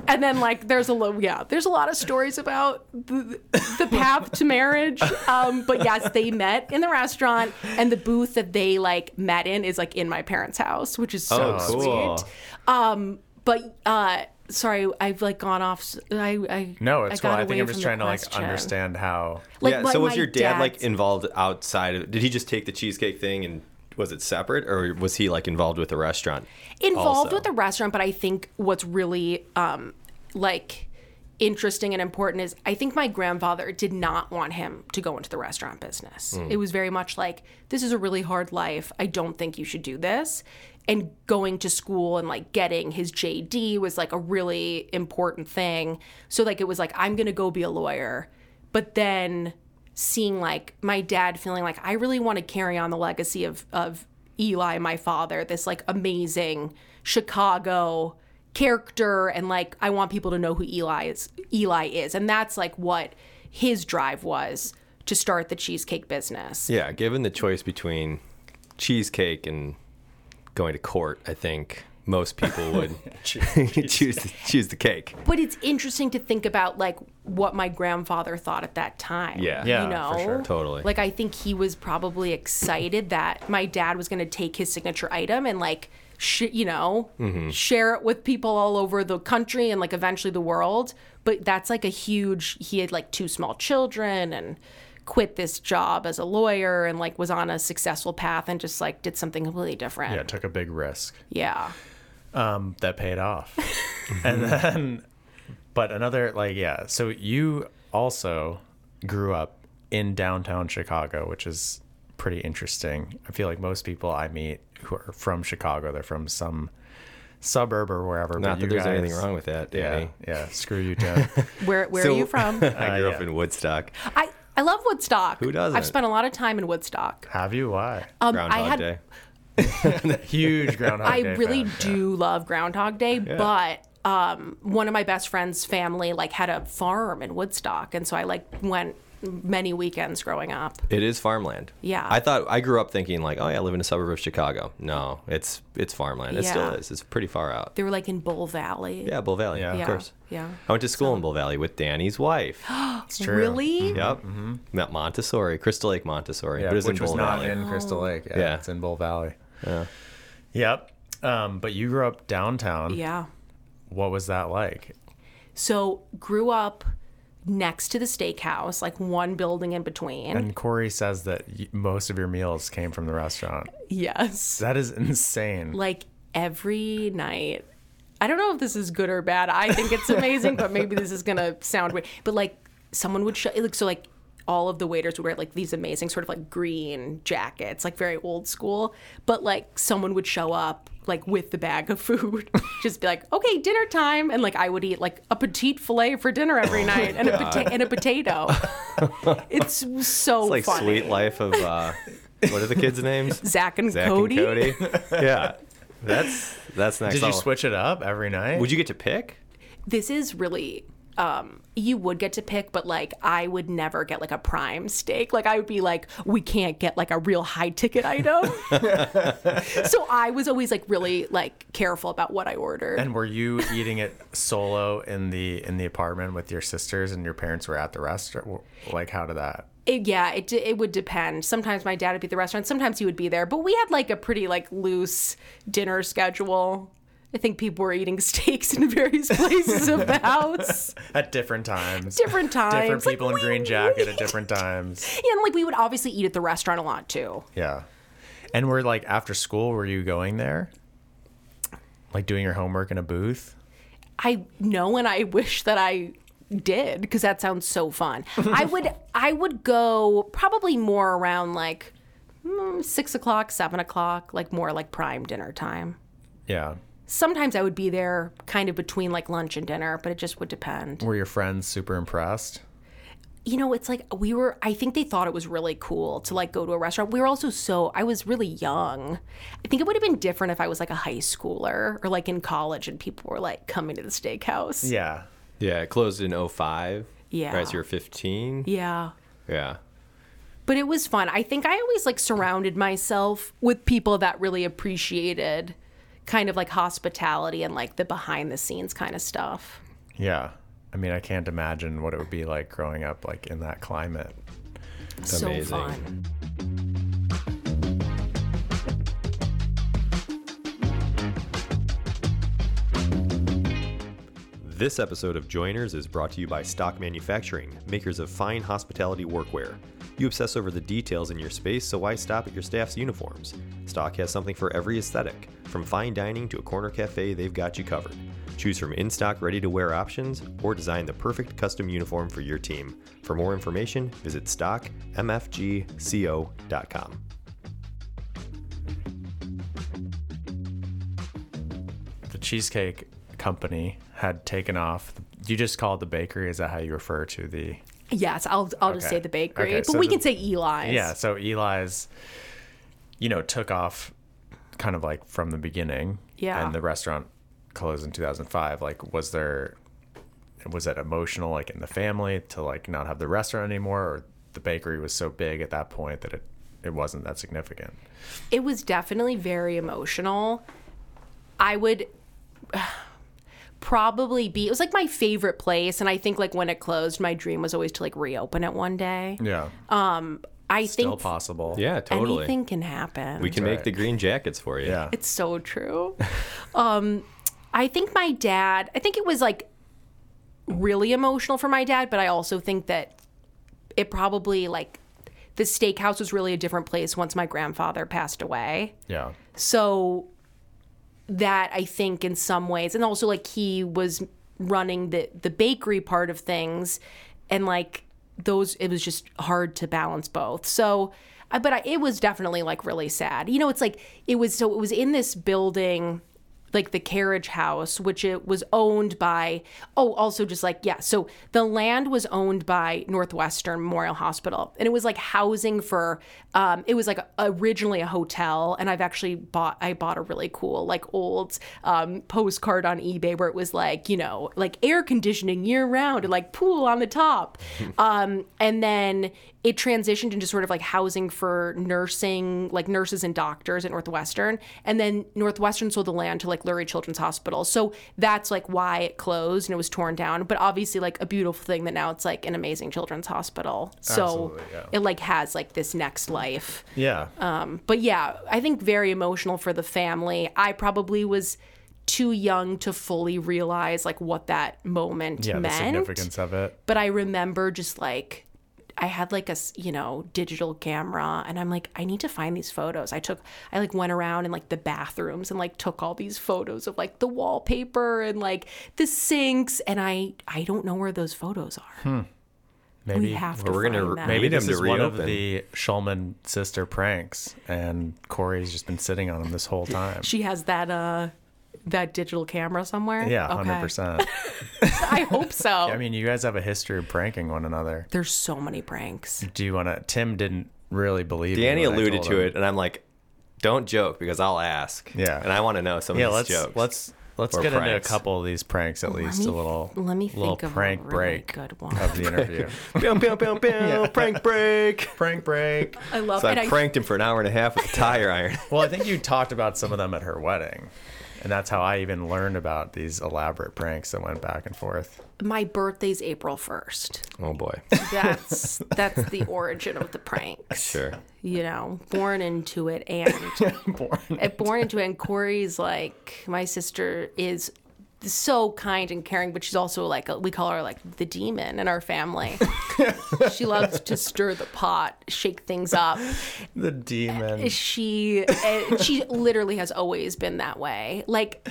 Speaker 3: and then like there's a lo- yeah there's a lot of stories about the, the path to marriage um, but yes they met in the restaurant and the booth that they like met in is like in my parents house which is so
Speaker 1: Oh,
Speaker 3: sweet
Speaker 1: cool.
Speaker 3: but uh sorry i've like gone off s- i i
Speaker 2: No, it's
Speaker 3: I
Speaker 2: cool.
Speaker 3: got
Speaker 2: I think
Speaker 3: away
Speaker 2: I'm just
Speaker 3: from the
Speaker 2: trying to like
Speaker 3: question.
Speaker 2: understand how
Speaker 3: like
Speaker 1: yeah.
Speaker 3: my-
Speaker 1: So was
Speaker 3: my
Speaker 1: your dad like
Speaker 3: dad's-
Speaker 1: involved outside of? Did he just take the cheesecake thing and was it separate, or was he like involved with the restaurant?
Speaker 3: involved
Speaker 1: also?
Speaker 3: with the restaurant but i think what's really um like interesting and important is i think my grandfather did not want him to go into the restaurant business
Speaker 2: Hmm.
Speaker 3: it was very much like this is a really hard life i don't think you should do this and going to school and like getting his jd was like a really important thing so like it was like i'm gonna go be a lawyer but then seeing like my dad feeling like I really want to carry on the legacy of of Eli, my father, this like amazing Chicago character, and like I want people to know who Eli is. Eli is, and that's like what his drive was to start the cheesecake business.
Speaker 1: Yeah. Given the choice between cheesecake and going to court, I think most people [laughs] would choose the, choose the cake.
Speaker 3: But it's interesting to think about like what my grandfather thought at that time.
Speaker 1: Yeah.
Speaker 2: Yeah,
Speaker 3: you know,
Speaker 2: for sure.
Speaker 1: Totally.
Speaker 3: Like I think he was probably excited that my dad was going to take his signature item and like sh- you know
Speaker 1: Mm-hmm.
Speaker 3: share it with people all over the country and like eventually the world. But that's like a huge. He had like two small children and quit this job as a lawyer and like was on a successful path and just like did something completely different.
Speaker 2: yeah, it took a big risk.
Speaker 3: yeah.
Speaker 2: um, that paid
Speaker 3: [laughs]
Speaker 2: off. and then, but another, like, yeah. So you also grew up in downtown Chicago, which is pretty interesting. I feel like most people I meet who are from Chicago, they're from some suburb or wherever.
Speaker 1: Not
Speaker 2: but
Speaker 1: that
Speaker 2: you
Speaker 1: there's
Speaker 2: guys-
Speaker 1: anything wrong with that, [laughs]
Speaker 2: Yeah.
Speaker 1: Danny.
Speaker 2: Yeah. Screw you, Jen.
Speaker 1: [laughs]
Speaker 3: Where where
Speaker 1: So-
Speaker 3: are you from?
Speaker 1: [laughs] I grew up
Speaker 2: yeah.
Speaker 1: in Woodstock.
Speaker 3: I I love Woodstock. Who
Speaker 1: doesn't?
Speaker 3: I've spent a lot of time in Woodstock.
Speaker 2: Have you? Why?
Speaker 3: Um,
Speaker 1: Groundhog
Speaker 3: I had
Speaker 1: Day.
Speaker 2: Huge groundhog.
Speaker 3: I
Speaker 2: Day
Speaker 3: really
Speaker 2: fan.
Speaker 3: do love Groundhog Day, but um, one of my best friend's family like had a farm in Woodstock, and so I like went many weekends growing up.
Speaker 1: It is farmland.
Speaker 3: Yeah.
Speaker 1: I thought I grew up thinking like, oh yeah, I live in a suburb of Chicago. No, it's it's farmland. It still
Speaker 3: Yeah.
Speaker 1: is. It's pretty far out.
Speaker 3: They were like in Bull Valley.
Speaker 1: Yeah, Bull Valley.
Speaker 2: Yeah.
Speaker 1: of
Speaker 3: yeah,
Speaker 1: course.
Speaker 3: yeah.
Speaker 1: I went to school in Bull Valley with Danny's
Speaker 3: [gasps]
Speaker 1: wife.
Speaker 2: It's true.
Speaker 3: Really?
Speaker 1: yep. Met Montessori, Crystal Lake Montessori,
Speaker 2: Yeah,
Speaker 1: but it was
Speaker 2: which
Speaker 1: in Bull
Speaker 3: Oh.
Speaker 2: was not
Speaker 1: Valley.
Speaker 2: in Crystal Lake. Yeah,
Speaker 1: Yeah.
Speaker 2: it's in Bull Valley. Yeah. Yep. Um, but you grew up downtown.
Speaker 3: Yeah.
Speaker 2: What was that like?
Speaker 3: So grew up next to the steakhouse, like one building in between.
Speaker 2: And Corey says that y- most of your meals came from the restaurant.
Speaker 3: yes.
Speaker 2: That is insane.
Speaker 3: Like every night. I don't know if this is good or bad. I think it's amazing, but maybe this is gonna sound weird. But like someone would show like so like all of the waiters would wear like these amazing sort of like green jackets, like very old school. But like someone would show up like with the bag of food, [laughs] just be like, "Okay, dinner time," and like I would eat like a petite fillet for dinner
Speaker 1: Oh
Speaker 3: every night and a pota- and
Speaker 1: [laughs]
Speaker 3: a potato. it's so
Speaker 1: It's like
Speaker 3: funny.
Speaker 1: sweet life of uh,
Speaker 3: [laughs]
Speaker 1: what are the kids' names?
Speaker 3: Zach and
Speaker 1: Zach
Speaker 3: Cody.
Speaker 1: and Cody. Yeah, that's that's next.
Speaker 2: Did you
Speaker 1: level.
Speaker 2: switch it up every night?
Speaker 1: Would you get to pick?
Speaker 3: this is really um you would get to pick but like i would never get like a prime steak like i would be like we can't get like a real high ticket item so i was always like really like careful about what i ordered
Speaker 2: and were you eating it solo in the in the apartment with your sisters and your parents were at the restaurant? Like how did that?
Speaker 3: It- yeah it, d- it would depend sometimes my dad would be at the restaurant sometimes he would be there but we had like a pretty like loose dinner schedule i think people were eating steaks in [laughs] various places of the house
Speaker 2: At different times.
Speaker 3: different times
Speaker 2: [laughs] Different
Speaker 3: Like,
Speaker 2: people in
Speaker 3: we-
Speaker 2: green jacket at different times.
Speaker 3: yeah, and like we would obviously eat at the restaurant a lot too
Speaker 2: Yeah. And we're like after school, were you going there? Like doing your homework in a booth?
Speaker 3: I know and I wish that I did because that sounds so fun. I would I would go probably more around like mm, six o'clock, seven o'clock, like more like prime dinner time.
Speaker 2: Yeah.
Speaker 3: Sometimes I would be there kind of between like lunch and dinner, but it just would depend.
Speaker 2: Were your friends super impressed?
Speaker 3: You know, it's like we were I think they thought it was really cool to like go to a restaurant. We were also so I was really young. I think it would have been different if I was like a high schooler or like in college and people were like coming to the steakhouse.
Speaker 2: Yeah.
Speaker 1: Yeah, it closed in 05.
Speaker 3: Yeah.
Speaker 1: Right, so you're 15.
Speaker 3: yeah.
Speaker 1: Yeah.
Speaker 3: but it was fun. I think I always like surrounded myself with people that really appreciated kind of like hospitality and like the behind the scenes kind of stuff.
Speaker 2: Yeah. I mean, I can't imagine what it would be like growing up like in that climate.
Speaker 3: so
Speaker 1: amazing.
Speaker 3: fun.
Speaker 1: This episode of Joiners is brought to you by Stock Manufacturing, makers of fine hospitality workwear. You obsess over the details in your space, so why stop at your staff's uniforms? Stock has something for every aesthetic. From fine dining to a corner cafe, they've got you covered. Choose from in stock, ready to wear options, or design the perfect custom uniform for your team. For more information, visit stockmfgco.com.
Speaker 2: The Cheesecake Company had taken off. You just called the bakery. Is that how you refer to the?
Speaker 3: Yes, I'll I'll just
Speaker 2: Okay.
Speaker 3: say the bakery,
Speaker 2: Okay,
Speaker 3: but
Speaker 2: so
Speaker 3: we
Speaker 2: the-
Speaker 3: can say Eli's.
Speaker 2: Yeah. So Eli's, you know, took off kind of like from the beginning.
Speaker 3: Yeah.
Speaker 2: And the restaurant closed in 2005. Like, was there, was that emotional, like in the family to like not have the restaurant anymore? Or the bakery was so big at that point that it, it wasn't that significant?
Speaker 3: It was definitely very emotional. I would [sighs] probably be it was like my favorite place and I think like when it closed my dream was always to like reopen it one day.
Speaker 2: Yeah.
Speaker 3: I
Speaker 2: Still
Speaker 3: think
Speaker 2: possible.
Speaker 1: Yeah, totally.
Speaker 3: anything can happen.
Speaker 1: we can
Speaker 2: That's
Speaker 1: make
Speaker 2: right.
Speaker 1: the green jackets for you.
Speaker 2: Yeah.
Speaker 3: It's so true. [laughs] um, I think my dad. I think it was like really emotional for my dad, but I also think that it probably like the steakhouse was really a different place once my grandfather passed away.
Speaker 2: Yeah.
Speaker 3: So that I think in some ways, and also like he was running the the bakery part of things, and like those, it was just hard to balance both. So, I, but I, it was definitely like really sad. You know, it's like it was so it was in this building. Like the carriage house, which it was owned by. Oh, also just like yeah. So the land was owned by Northwestern Memorial Hospital, and it was like housing for. Um, it was like originally a hotel, and I've actually bought. I bought a really cool like old um, postcard on eBay where it was like you know like air conditioning year round and like pool on the
Speaker 2: [laughs]
Speaker 3: top, um, and then it transitioned into sort of like housing for nursing like nurses and doctors at Northwestern, and then Northwestern sold the land to like Lurie Children's Hospital. So that's like why it closed and it was torn down. But obviously, like a beautiful thing that now it's like an amazing children's hospital. So
Speaker 2: Absolutely, yeah.
Speaker 3: it like has like this next life.
Speaker 2: Yeah.
Speaker 3: Um, but yeah, I think very emotional for the family. I probably was too young to fully realize like what that moment
Speaker 2: yeah. The
Speaker 3: meant
Speaker 2: significance of it.
Speaker 3: but I remember just like I had like a s- you know digital camera and I'm like I need to find these photos. I took I like went around in like the bathrooms and like took all these photos of like the wallpaper and like the sinks and I I don't know where those photos are.
Speaker 2: Hmm. Maybe.
Speaker 3: We have to
Speaker 1: Well, we're
Speaker 3: find
Speaker 1: gonna- maybe
Speaker 3: them.
Speaker 2: Maybe this
Speaker 1: them
Speaker 2: is
Speaker 1: to
Speaker 2: one of
Speaker 1: reopen.
Speaker 2: the Schulman sister pranks, and Corey's just been sitting on them this whole time.
Speaker 3: she has that uh that digital camera somewhere.
Speaker 2: Yeah,
Speaker 3: Okay.
Speaker 2: hundred
Speaker 3: [laughs]
Speaker 2: percent.
Speaker 3: I
Speaker 2: [laughs]
Speaker 3: hope so.
Speaker 2: I mean, you guys have a history of pranking one another.
Speaker 3: There's so many pranks.
Speaker 2: Do you want to? Tim didn't really believe. me
Speaker 1: Danny
Speaker 2: when I
Speaker 1: alluded
Speaker 2: told
Speaker 1: to
Speaker 2: him.
Speaker 1: it, and I'm like, don't joke because I'll ask.
Speaker 2: Yeah.
Speaker 1: And I want to know some
Speaker 2: Yeah,
Speaker 1: of these
Speaker 2: let's
Speaker 1: jokes. [laughs]
Speaker 2: let's let's
Speaker 1: Or
Speaker 2: get into a
Speaker 1: pranks.
Speaker 2: couple of these pranks at least.
Speaker 3: me-
Speaker 2: a little
Speaker 3: Let me
Speaker 2: little
Speaker 3: think of
Speaker 2: prank
Speaker 3: a really
Speaker 2: break [laughs]
Speaker 3: good one.
Speaker 2: of
Speaker 3: [laughs]
Speaker 2: the interview.
Speaker 1: bam, bam, bam,
Speaker 2: [laughs]
Speaker 1: bam, prank break.
Speaker 2: prank break.
Speaker 3: I love
Speaker 1: So
Speaker 3: it.
Speaker 1: I pranked him for an hour and a half with a tire iron. [laughs]
Speaker 2: Well, I think you talked about some of them at her wedding, and that's how I even learned about these elaborate pranks that went back and forth.
Speaker 3: my birthday's April 1st.
Speaker 1: oh boy.
Speaker 2: [laughs]
Speaker 3: that's that's the origin of the pranks.
Speaker 1: Sure.
Speaker 3: You know, born into it
Speaker 2: [laughs]
Speaker 3: and
Speaker 2: Born.
Speaker 3: uh, born into it. And Corey's like my sister is so kind and caring, but she's also like a, we call her like the demon in
Speaker 2: [laughs]
Speaker 3: our family. she loves to stir the pot, shake things up.
Speaker 2: the
Speaker 3: [laughs]
Speaker 2: demon.
Speaker 3: She uh, she literally has always been that way. Like.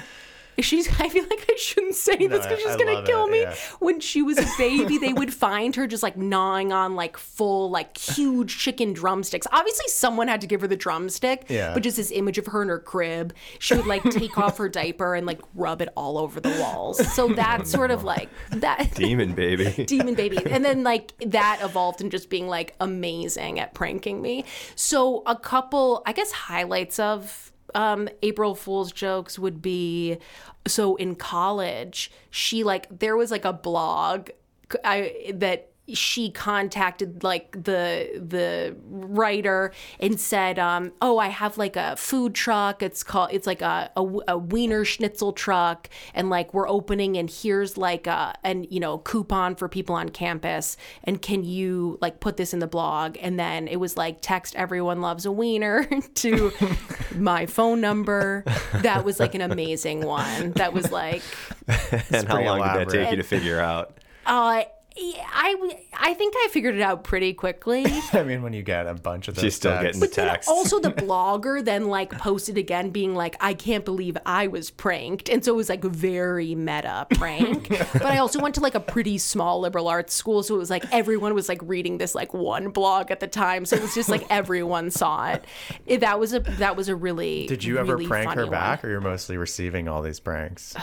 Speaker 3: She's. [laughs] I feel like I shouldn't say this because
Speaker 2: I-
Speaker 3: she's
Speaker 2: I
Speaker 3: gonna
Speaker 2: love
Speaker 3: kill
Speaker 2: it,
Speaker 3: me.
Speaker 2: yeah.
Speaker 3: When she was a baby,
Speaker 2: [laughs]
Speaker 3: they would find her just like gnawing on like full, like huge chicken drumsticks. Obviously, someone had to give her the drumstick,
Speaker 2: Yeah.
Speaker 3: but just this image of her in her crib. She would like take off her diaper and like rub it all over the walls.
Speaker 2: [laughs]
Speaker 3: So that's sort of like that.
Speaker 1: Demon baby.
Speaker 3: Demon baby. And then, like, that evolved into just being like amazing at pranking me. So, a couple, I guess, highlights of um, April Fool's jokes would be so in college, she like, there was like a blog I, that she contacted like the the writer and said um oh i have like a food truck it's called it's like a, a, a wiener schnitzel truck and like we're opening and here's like a an you know coupon for people on campus and can you like put this in the blog and then it was like text everyone loves a wiener [laughs] to my phone number that was like an amazing one that was like
Speaker 1: and how
Speaker 2: pretty
Speaker 1: long did that take you
Speaker 3: elaborate.
Speaker 1: to figure
Speaker 2: [laughs]
Speaker 1: out?
Speaker 3: uh yeah, I, I think I figured it out pretty quickly.
Speaker 2: I mean, when you get a bunch of those
Speaker 1: She's still
Speaker 2: texts.
Speaker 1: getting the
Speaker 3: But then
Speaker 1: text.
Speaker 2: [laughs]
Speaker 3: also the blogger then like posted again being like, I can't believe I was pranked. And so it was like very meta
Speaker 2: [laughs]
Speaker 3: prank. but I also went to like a pretty small liberal arts school. So it was like everyone was like reading this like one blog at the time. So it was
Speaker 2: [laughs]
Speaker 3: just like everyone saw it. It- that was a that was a really
Speaker 2: Did you ever
Speaker 3: really
Speaker 2: prank
Speaker 3: funny
Speaker 2: her
Speaker 3: one.
Speaker 2: back, or you're mostly receiving all these pranks?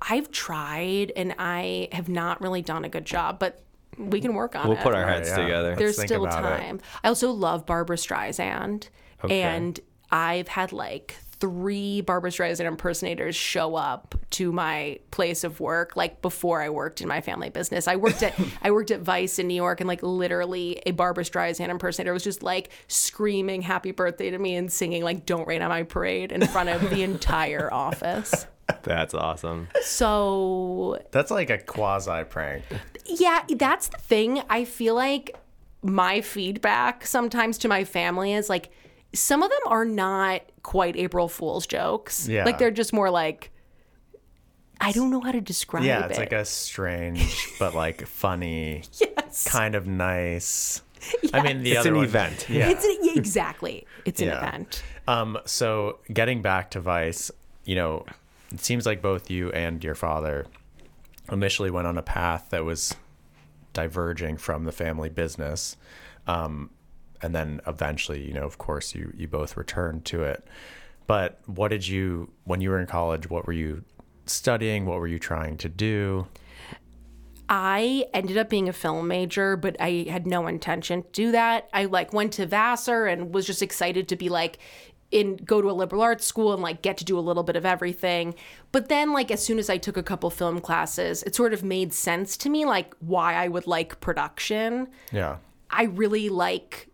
Speaker 3: I've tried and I have not really done a good job, but we can work on
Speaker 1: We'll
Speaker 3: it.
Speaker 1: put our heads
Speaker 2: yeah.
Speaker 1: together.
Speaker 2: There's-
Speaker 3: There's
Speaker 2: think
Speaker 3: still
Speaker 2: about it.
Speaker 3: time. I also love Barbara Streisand. And I've had like three Barbara Streisand impersonators show up to my place of work like before I worked in my family business. I
Speaker 2: [laughs]
Speaker 3: worked at I worked at Vice in New York and like literally a Barbara Streisand impersonator was just like screaming happy birthday to me and singing like don't rain on my parade in front
Speaker 2: [laughs]
Speaker 3: of the entire office.
Speaker 1: [laughs] That's awesome.
Speaker 3: So
Speaker 2: That's like a quasi prank.
Speaker 3: yeah, that's the thing. I feel like my feedback sometimes to my family is like some of them are not quite April Fool's jokes.
Speaker 2: Yeah.
Speaker 3: Like they're just more like I don't know how to describe
Speaker 2: Yeah,
Speaker 3: it.
Speaker 2: it's like a strange but like funny,
Speaker 3: [laughs] yes.
Speaker 2: kind of nice. I mean, the
Speaker 1: It's
Speaker 2: other
Speaker 1: an
Speaker 2: one-
Speaker 1: event.
Speaker 2: Yeah.
Speaker 3: It's a, yeah, exactly. It's an
Speaker 2: Yeah.
Speaker 3: event.
Speaker 2: Um, so getting back to Vice, you know, it seems like both you and your father initially went on a path that was diverging from the family business. Um, and then eventually, you know, of course you, you both returned to it. But what did you, when you were in college, what were you studying? What were you trying to do?
Speaker 3: I ended up being a film major, but I had no intention to do that. I like went to Vassar and was just excited to be like in go to a liberal arts school and like get to do a little bit of everything. But then like as soon as I took a couple film classes, it sort of made sense to me like why I would like production.
Speaker 2: Yeah.
Speaker 3: I really like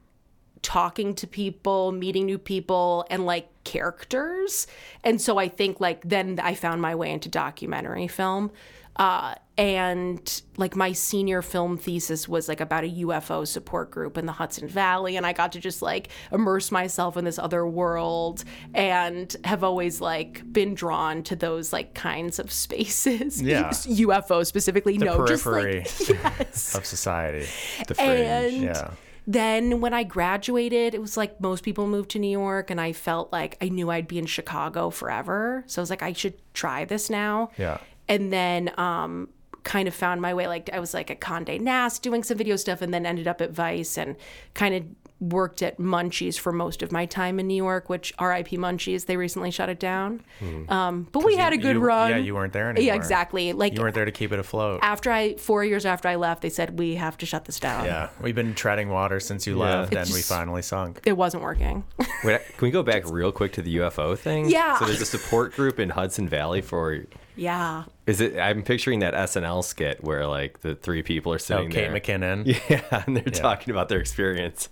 Speaker 3: talking to people, meeting new people, and like characters. And so I think like then I found my way into documentary film. Uh, and like my senior film thesis was like about a UFO support group in the Hudson Valley. And I got to just like immerse myself in this other world and have always like been drawn to those like kinds of [laughs] spaces.
Speaker 2: Yeah.
Speaker 3: UFO specifically.
Speaker 2: The
Speaker 3: no, [laughs]
Speaker 2: periphery
Speaker 3: just like, yes.
Speaker 2: of society, the fringe.
Speaker 3: And-
Speaker 2: yeah.
Speaker 3: then when I graduated, it was like most people moved to New York, and I felt like I knew I'd be in Chicago forever. So I was like, I should try this now.
Speaker 2: Yeah.
Speaker 3: And then um, kind of found my way. Like I was like at Condé Nast doing some video stuff, and then ended up at Vice and kind of worked at Munchies for most of my time in New York. Which R.I.P. Munchies, they recently shut it down. Um, but we had a good
Speaker 2: Hmm. You-
Speaker 3: run.
Speaker 2: Yeah, you weren't there anymore.
Speaker 3: Yeah, exactly. Like
Speaker 2: You weren't there to keep it afloat.
Speaker 3: after I four years after I left, they said we have to shut this down.
Speaker 2: yeah. We've been treading water since you left, and we finally sunk.
Speaker 3: It wasn't working.
Speaker 1: Wait, can we go back real quick to the UFO thing?
Speaker 3: Yeah.
Speaker 1: So there's a support group in Hudson Valley for.
Speaker 3: Yeah.
Speaker 1: Is it? I'm picturing that SNL skit where like the three people are
Speaker 2: Oh,
Speaker 1: sitting
Speaker 2: Kate
Speaker 1: there.
Speaker 2: McKinnon.
Speaker 1: [laughs] Yeah, and they're talking about their experience.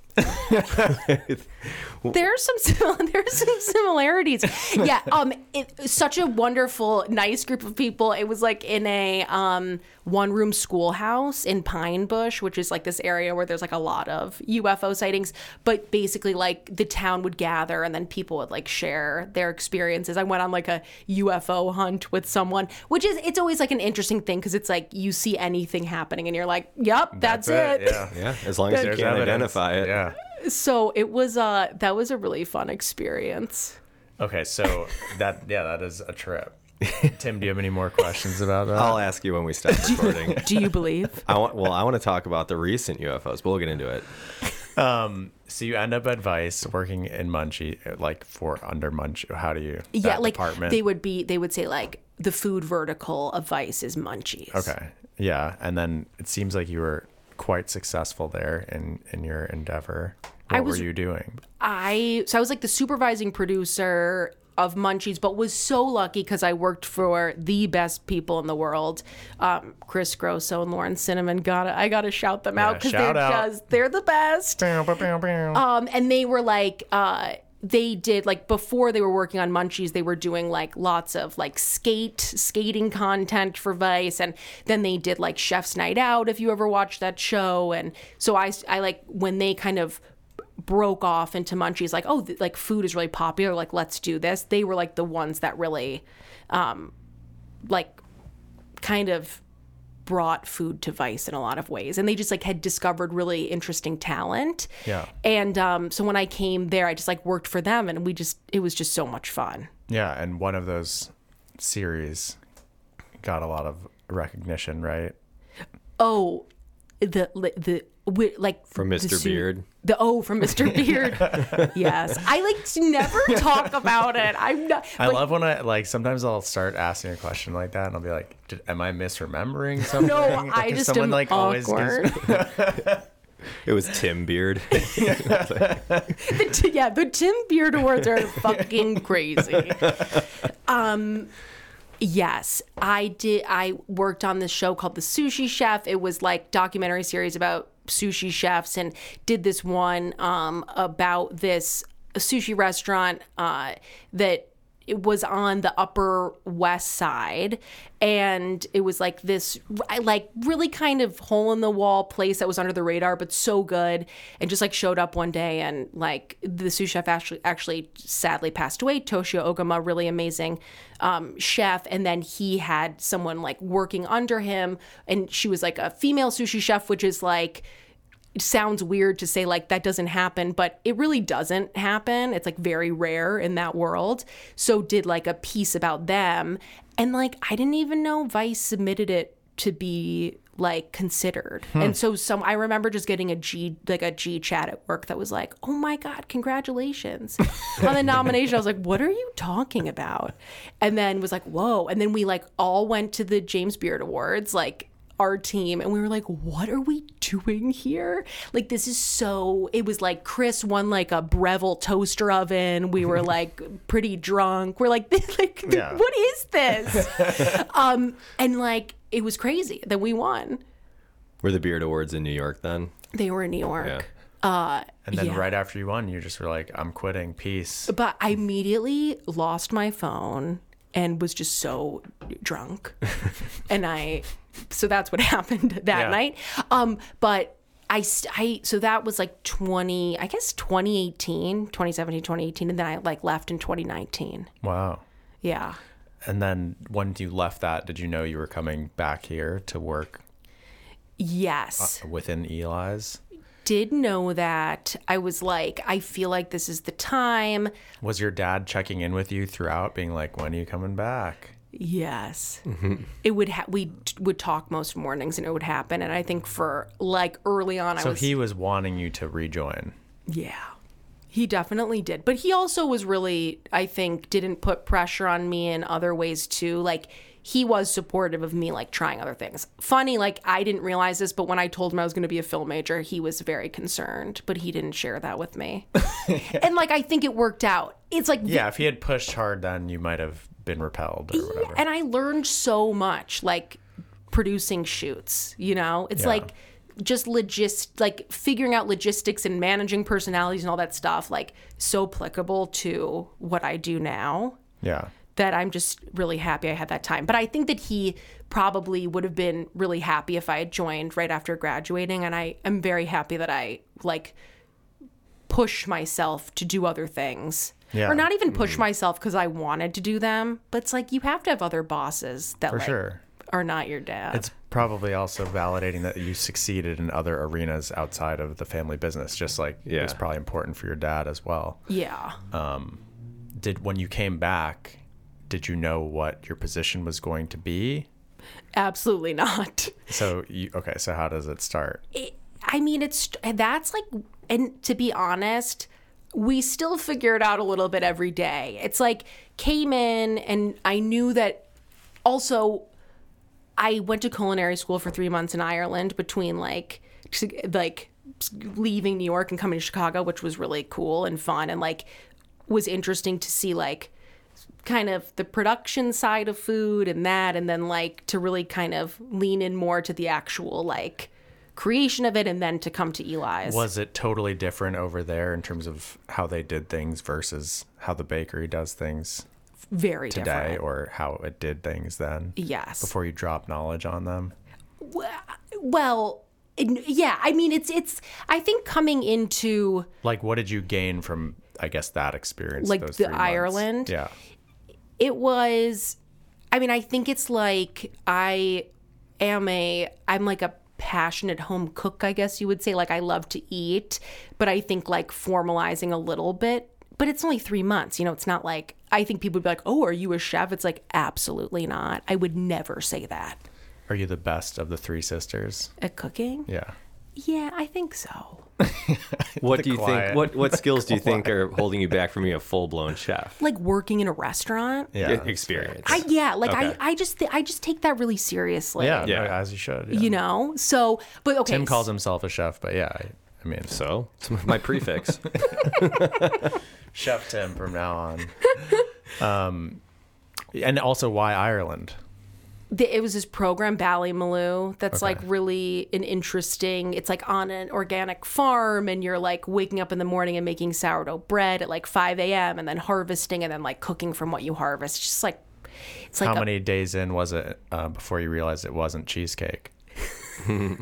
Speaker 3: There's some [laughs] simil- there's some similarities. [laughs] Yeah, um it, such a wonderful nice group of people. It was like in a um one room schoolhouse in Pine Bush, which is like this area where there's like a lot of UFO sightings, but basically like the town would gather and then people would like share their experiences. I went on like a UFO hunt with someone, which is it's always like an interesting thing cuz it's like you see anything happening and you're like, "Yep, that's, it."
Speaker 2: Yeah.
Speaker 1: [laughs] Yeah, as long as you
Speaker 2: There's
Speaker 1: can
Speaker 2: evidence.
Speaker 1: identify it.
Speaker 2: Yeah.
Speaker 3: So, it was uh that was a really fun experience.
Speaker 2: Okay, so that yeah, that is a
Speaker 1: [laughs]
Speaker 2: trip. Tim, do you have any more questions about that?
Speaker 1: I'll ask you when we [laughs] stop recording.
Speaker 3: Do you believe?
Speaker 1: I want. Well, I want to talk about the recent UFOs, but we'll get into it.
Speaker 2: so you end up at Vice working in Munchie, like for under Munchie. How do you?
Speaker 3: [laughs] yeah,
Speaker 2: that
Speaker 3: like
Speaker 2: department.
Speaker 3: they would be. They would say like the food vertical of Vice is Munchies.
Speaker 2: Okay, yeah, and then it seems like you were quite successful there in in your endeavor. What
Speaker 3: was-
Speaker 2: were you doing?
Speaker 3: I so I was like the supervising producer of Munchies, but was so lucky because I worked for the best people in the world, um, Chris Grosso and Lauren Cinnamon. Gotta I gotta shout them out because
Speaker 2: shout
Speaker 3: they're
Speaker 2: out.
Speaker 3: just they're the best. Um, and they were like, uh, they did like before they were working on Munchies, they were doing like lots of like skate skating content for Vice, and then they did like Chef's Night Out if you ever watched that show. And so I, I like when they kind of broke off into Munchies, like oh, th- like food is really popular, like let's do this. They were like the ones that really, um, like kind of brought food to Vice in a lot of ways, and they just like had discovered really interesting talent.
Speaker 2: Yeah.
Speaker 3: And um, so when I came there, I just like worked for them, and we just it was just so much fun.
Speaker 2: yeah, and one of those series got a lot of recognition, right?
Speaker 3: Oh, the the wi- like
Speaker 1: From
Speaker 3: the
Speaker 1: Mr.
Speaker 3: su-
Speaker 1: Beard.
Speaker 3: The oh from
Speaker 2: [laughs]
Speaker 3: Mr. Beard. yes, I like to never talk about it. I'm not.
Speaker 2: I
Speaker 3: but
Speaker 2: love when I like sometimes I'll start asking a question like that and I'll be like, "Did- "Am I misremembering something?"
Speaker 3: [laughs] no, I
Speaker 2: 'Cause
Speaker 3: just am awkward.
Speaker 1: It was Tim Beard. [laughs]
Speaker 3: the t- yeah, the Tim Beard Awards are fucking crazy. Um, yes, I did. I worked on this show called The Sushi Chef. It was like documentary series about sushi chefs, and did this one um, about this sushi restaurant uh, that it was on the upper west side and it was like this I- like really kind of hole in the wall place that was under the radar but so good and just like showed up one day and like the sous chef actually actually sadly passed away toshio ogama really amazing um, chef and then he had someone like working under him and she was like a female sushi chef which is like sounds weird to say like that doesn't happen, but it really doesn't happen. It's like very rare in that world. So did like a piece about them and like I didn't even know Vice submitted it to be like considered. And so some I remember just getting a G like a G chat at work that was like, "Oh my god, congratulations on the nomination." I was like, "What are you talking about?" And then was like, "Whoa." And then we like all went to the James Beard Awards like our team and we were like what are we doing here like this is so it was like chris won like a breville toaster oven we were like pretty drunk we're like [laughs] like
Speaker 2: Yeah.
Speaker 3: what is this um and like it was crazy that we won
Speaker 1: Were the Beard Awards in New York then?
Speaker 3: they were in new york
Speaker 1: Yeah.
Speaker 2: and then
Speaker 3: yeah.
Speaker 2: right after you won, you just were like, I'm quitting. Peace.
Speaker 3: But I immediately lost my phone and was just so
Speaker 2: [laughs]
Speaker 3: drunk. and I, so that's what [laughs] happened that
Speaker 2: Yeah.
Speaker 3: night. Um, but I, st- I, so that was like 20, I guess 2018, 2017, 2018. And then I like left in 2019.
Speaker 2: Wow.
Speaker 3: Yeah.
Speaker 2: And then when you left that, did you know you were coming back here to work
Speaker 3: Yes.
Speaker 2: Uh. within E Eli's?
Speaker 3: Did know that. I was like, I feel like this is the time.
Speaker 2: Was your dad checking in with you throughout, being like, when are you coming back?
Speaker 3: Yes.
Speaker 2: Mm-hmm.
Speaker 3: It would ha- we t- would talk most mornings and it would happen and I think for like early on I
Speaker 2: So
Speaker 3: was
Speaker 2: he was wanting you to rejoin.
Speaker 3: yeah. He definitely did. But he also was really I think didn't put pressure on me in other ways too. Like he was supportive of me like trying other things. Funny like I didn't realize this but when I told him I was going to be a film major, he was very concerned, but he didn't share that with me. And like I think it worked out. It's like
Speaker 2: Yeah, if he had pushed hard, then you might have been repelled or whatever.
Speaker 3: and I learned so much like producing shoots, you know? It's
Speaker 2: Yeah.
Speaker 3: like just logist like figuring out logistics and managing personalities and all that stuff like so applicable to what I do now
Speaker 2: yeah.
Speaker 3: that I'm just really happy I had that time. But I think that he probably would have been really happy if I had joined right after graduating and I am very happy that I like push myself to do other things.
Speaker 2: Yeah. Mm-hmm.
Speaker 3: Or not even push myself cuz I wanted to do them, but it's like you have to have other bosses that
Speaker 2: For
Speaker 3: like,
Speaker 2: sure.
Speaker 3: are not your dad.
Speaker 2: It's probably also validating that you succeeded in other arenas outside of the family business, just like it was
Speaker 1: Yeah.
Speaker 2: probably important for your dad as well.
Speaker 3: yeah.
Speaker 2: Did when you came back, did you know what your position was going to be?
Speaker 3: Absolutely not.
Speaker 2: So you okay, so how does it start?
Speaker 3: it- I mean, it's that's like, and to be honest, we still figure it out a little bit every day. It's like came in, and I knew that. Also, I went to culinary school for three months in Ireland between like to- like leaving New York and coming to Chicago, which was really cool and fun, and like was interesting to see like kind of the production side of food and that and then like to really kind of lean in more to the actual like creation of it and then to come to Eli's.
Speaker 2: Was it totally different over there in terms of how they did things versus how the bakery does things
Speaker 3: Very
Speaker 2: today
Speaker 3: different.
Speaker 2: or how it did things then?
Speaker 3: Yes.
Speaker 2: Before you drop knowledge on them?
Speaker 3: well, it- yeah, I mean it's it's I think coming into
Speaker 2: Like what did you gain from I guess that experience?
Speaker 3: Like
Speaker 2: those
Speaker 3: the
Speaker 2: three months?
Speaker 3: Ireland?
Speaker 2: Yeah.
Speaker 3: it was i mean i think it's like i am a i'm like a passionate home cook i guess you would say like i love to eat but i think like formalizing a little bit but it's only three months you know it's not like i think people would be like oh are you a chef it's like absolutely not i would never say that
Speaker 2: Are you the best of the three sisters?
Speaker 3: at cooking
Speaker 2: Yeah.
Speaker 3: yeah i think so
Speaker 1: [laughs] What do you
Speaker 2: quiet.
Speaker 1: think? What
Speaker 2: [laughs]
Speaker 1: what skills do you think are holding you back from being a full blown chef?
Speaker 3: like working in a restaurant
Speaker 2: Yeah.
Speaker 1: E- Experience.
Speaker 3: I, yeah like
Speaker 1: Okay.
Speaker 3: I, I just th- i just take that really seriously
Speaker 2: yeah,
Speaker 1: Yeah.
Speaker 2: no, as you should. yeah.
Speaker 3: you know so but okay
Speaker 2: Tim calls himself a chef, but yeah, I, I mean,
Speaker 1: so it's my [laughs] prefix.
Speaker 2: Chef Tim from now
Speaker 3: [laughs]
Speaker 2: on. um, and also why Ireland?
Speaker 3: the, it was this program Ballymaloo that's like really an interesting. It's like on an organic farm, and you're like waking up in the morning and making sourdough bread at like 5 a.m. and then harvesting and then like cooking from what you harvest. It's Just like it's like uh,
Speaker 2: How
Speaker 3: a-
Speaker 2: many days in was it uh, before you realized it wasn't cheesecake?
Speaker 3: qu-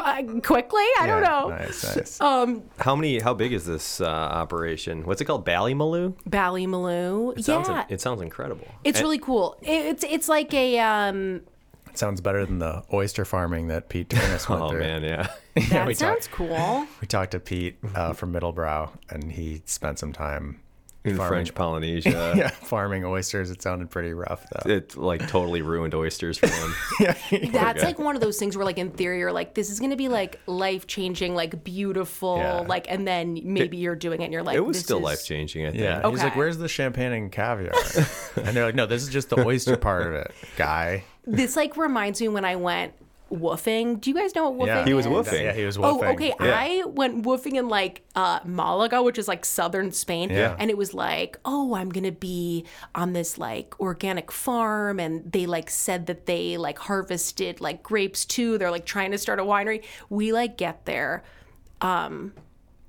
Speaker 3: uh, quickly. I don't
Speaker 2: Yeah,
Speaker 3: know. Um,
Speaker 2: Nice,
Speaker 3: [laughs]
Speaker 2: nice.
Speaker 1: How many? How big is this uh, operation? What's it called? Ballymaloo.
Speaker 3: Ballymaloo,
Speaker 1: It sounds,
Speaker 3: yeah,
Speaker 1: It sounds incredible.
Speaker 3: it's
Speaker 1: And-
Speaker 3: really cool. It, it's it's like a um.
Speaker 2: Sounds better than the oyster farming that Pete
Speaker 1: [laughs]
Speaker 2: Turnus went
Speaker 1: Oh
Speaker 2: through.
Speaker 1: man, yeah. [laughs]
Speaker 2: [laughs] Yeah, [laughs]
Speaker 3: That
Speaker 2: we
Speaker 3: sounds
Speaker 2: talked.
Speaker 3: cool.
Speaker 2: We talked to Pete uh, from Middlebrow, and he spent some time
Speaker 1: In
Speaker 2: farming,
Speaker 1: French [laughs] Polynesia.
Speaker 2: [laughs] yeah, farming oysters. It sounded pretty rough though.
Speaker 1: It like totally ruined oysters for him.
Speaker 3: That's
Speaker 1: Okay.
Speaker 3: like one of those things where, like, in theory, you're like, this is going to be like life changing, like beautiful,
Speaker 2: Yeah.
Speaker 3: like, and then maybe you're doing it and you're like,
Speaker 1: It was
Speaker 3: this
Speaker 1: still
Speaker 3: is-
Speaker 1: life changing. I think.
Speaker 2: Yeah. He's like,
Speaker 3: Okay.
Speaker 2: where's the champagne and caviar? and they're like, no, this is just the oyster part of it, guy.
Speaker 3: This like reminds me when I went woofing. Do you guys know what woofing
Speaker 2: Yeah,
Speaker 3: is?
Speaker 1: He was woofing.
Speaker 2: Yeah, he was
Speaker 3: Oh,
Speaker 2: woofing.
Speaker 3: okay.
Speaker 1: Yeah.
Speaker 3: I went woofing in like uh, Malaga, which is like southern Spain.
Speaker 2: Yeah.
Speaker 3: And it was like, oh, I'm going to be on this like organic farm. And they like said that they like harvested like grapes too. They're like trying to start a winery. We like get there. Um,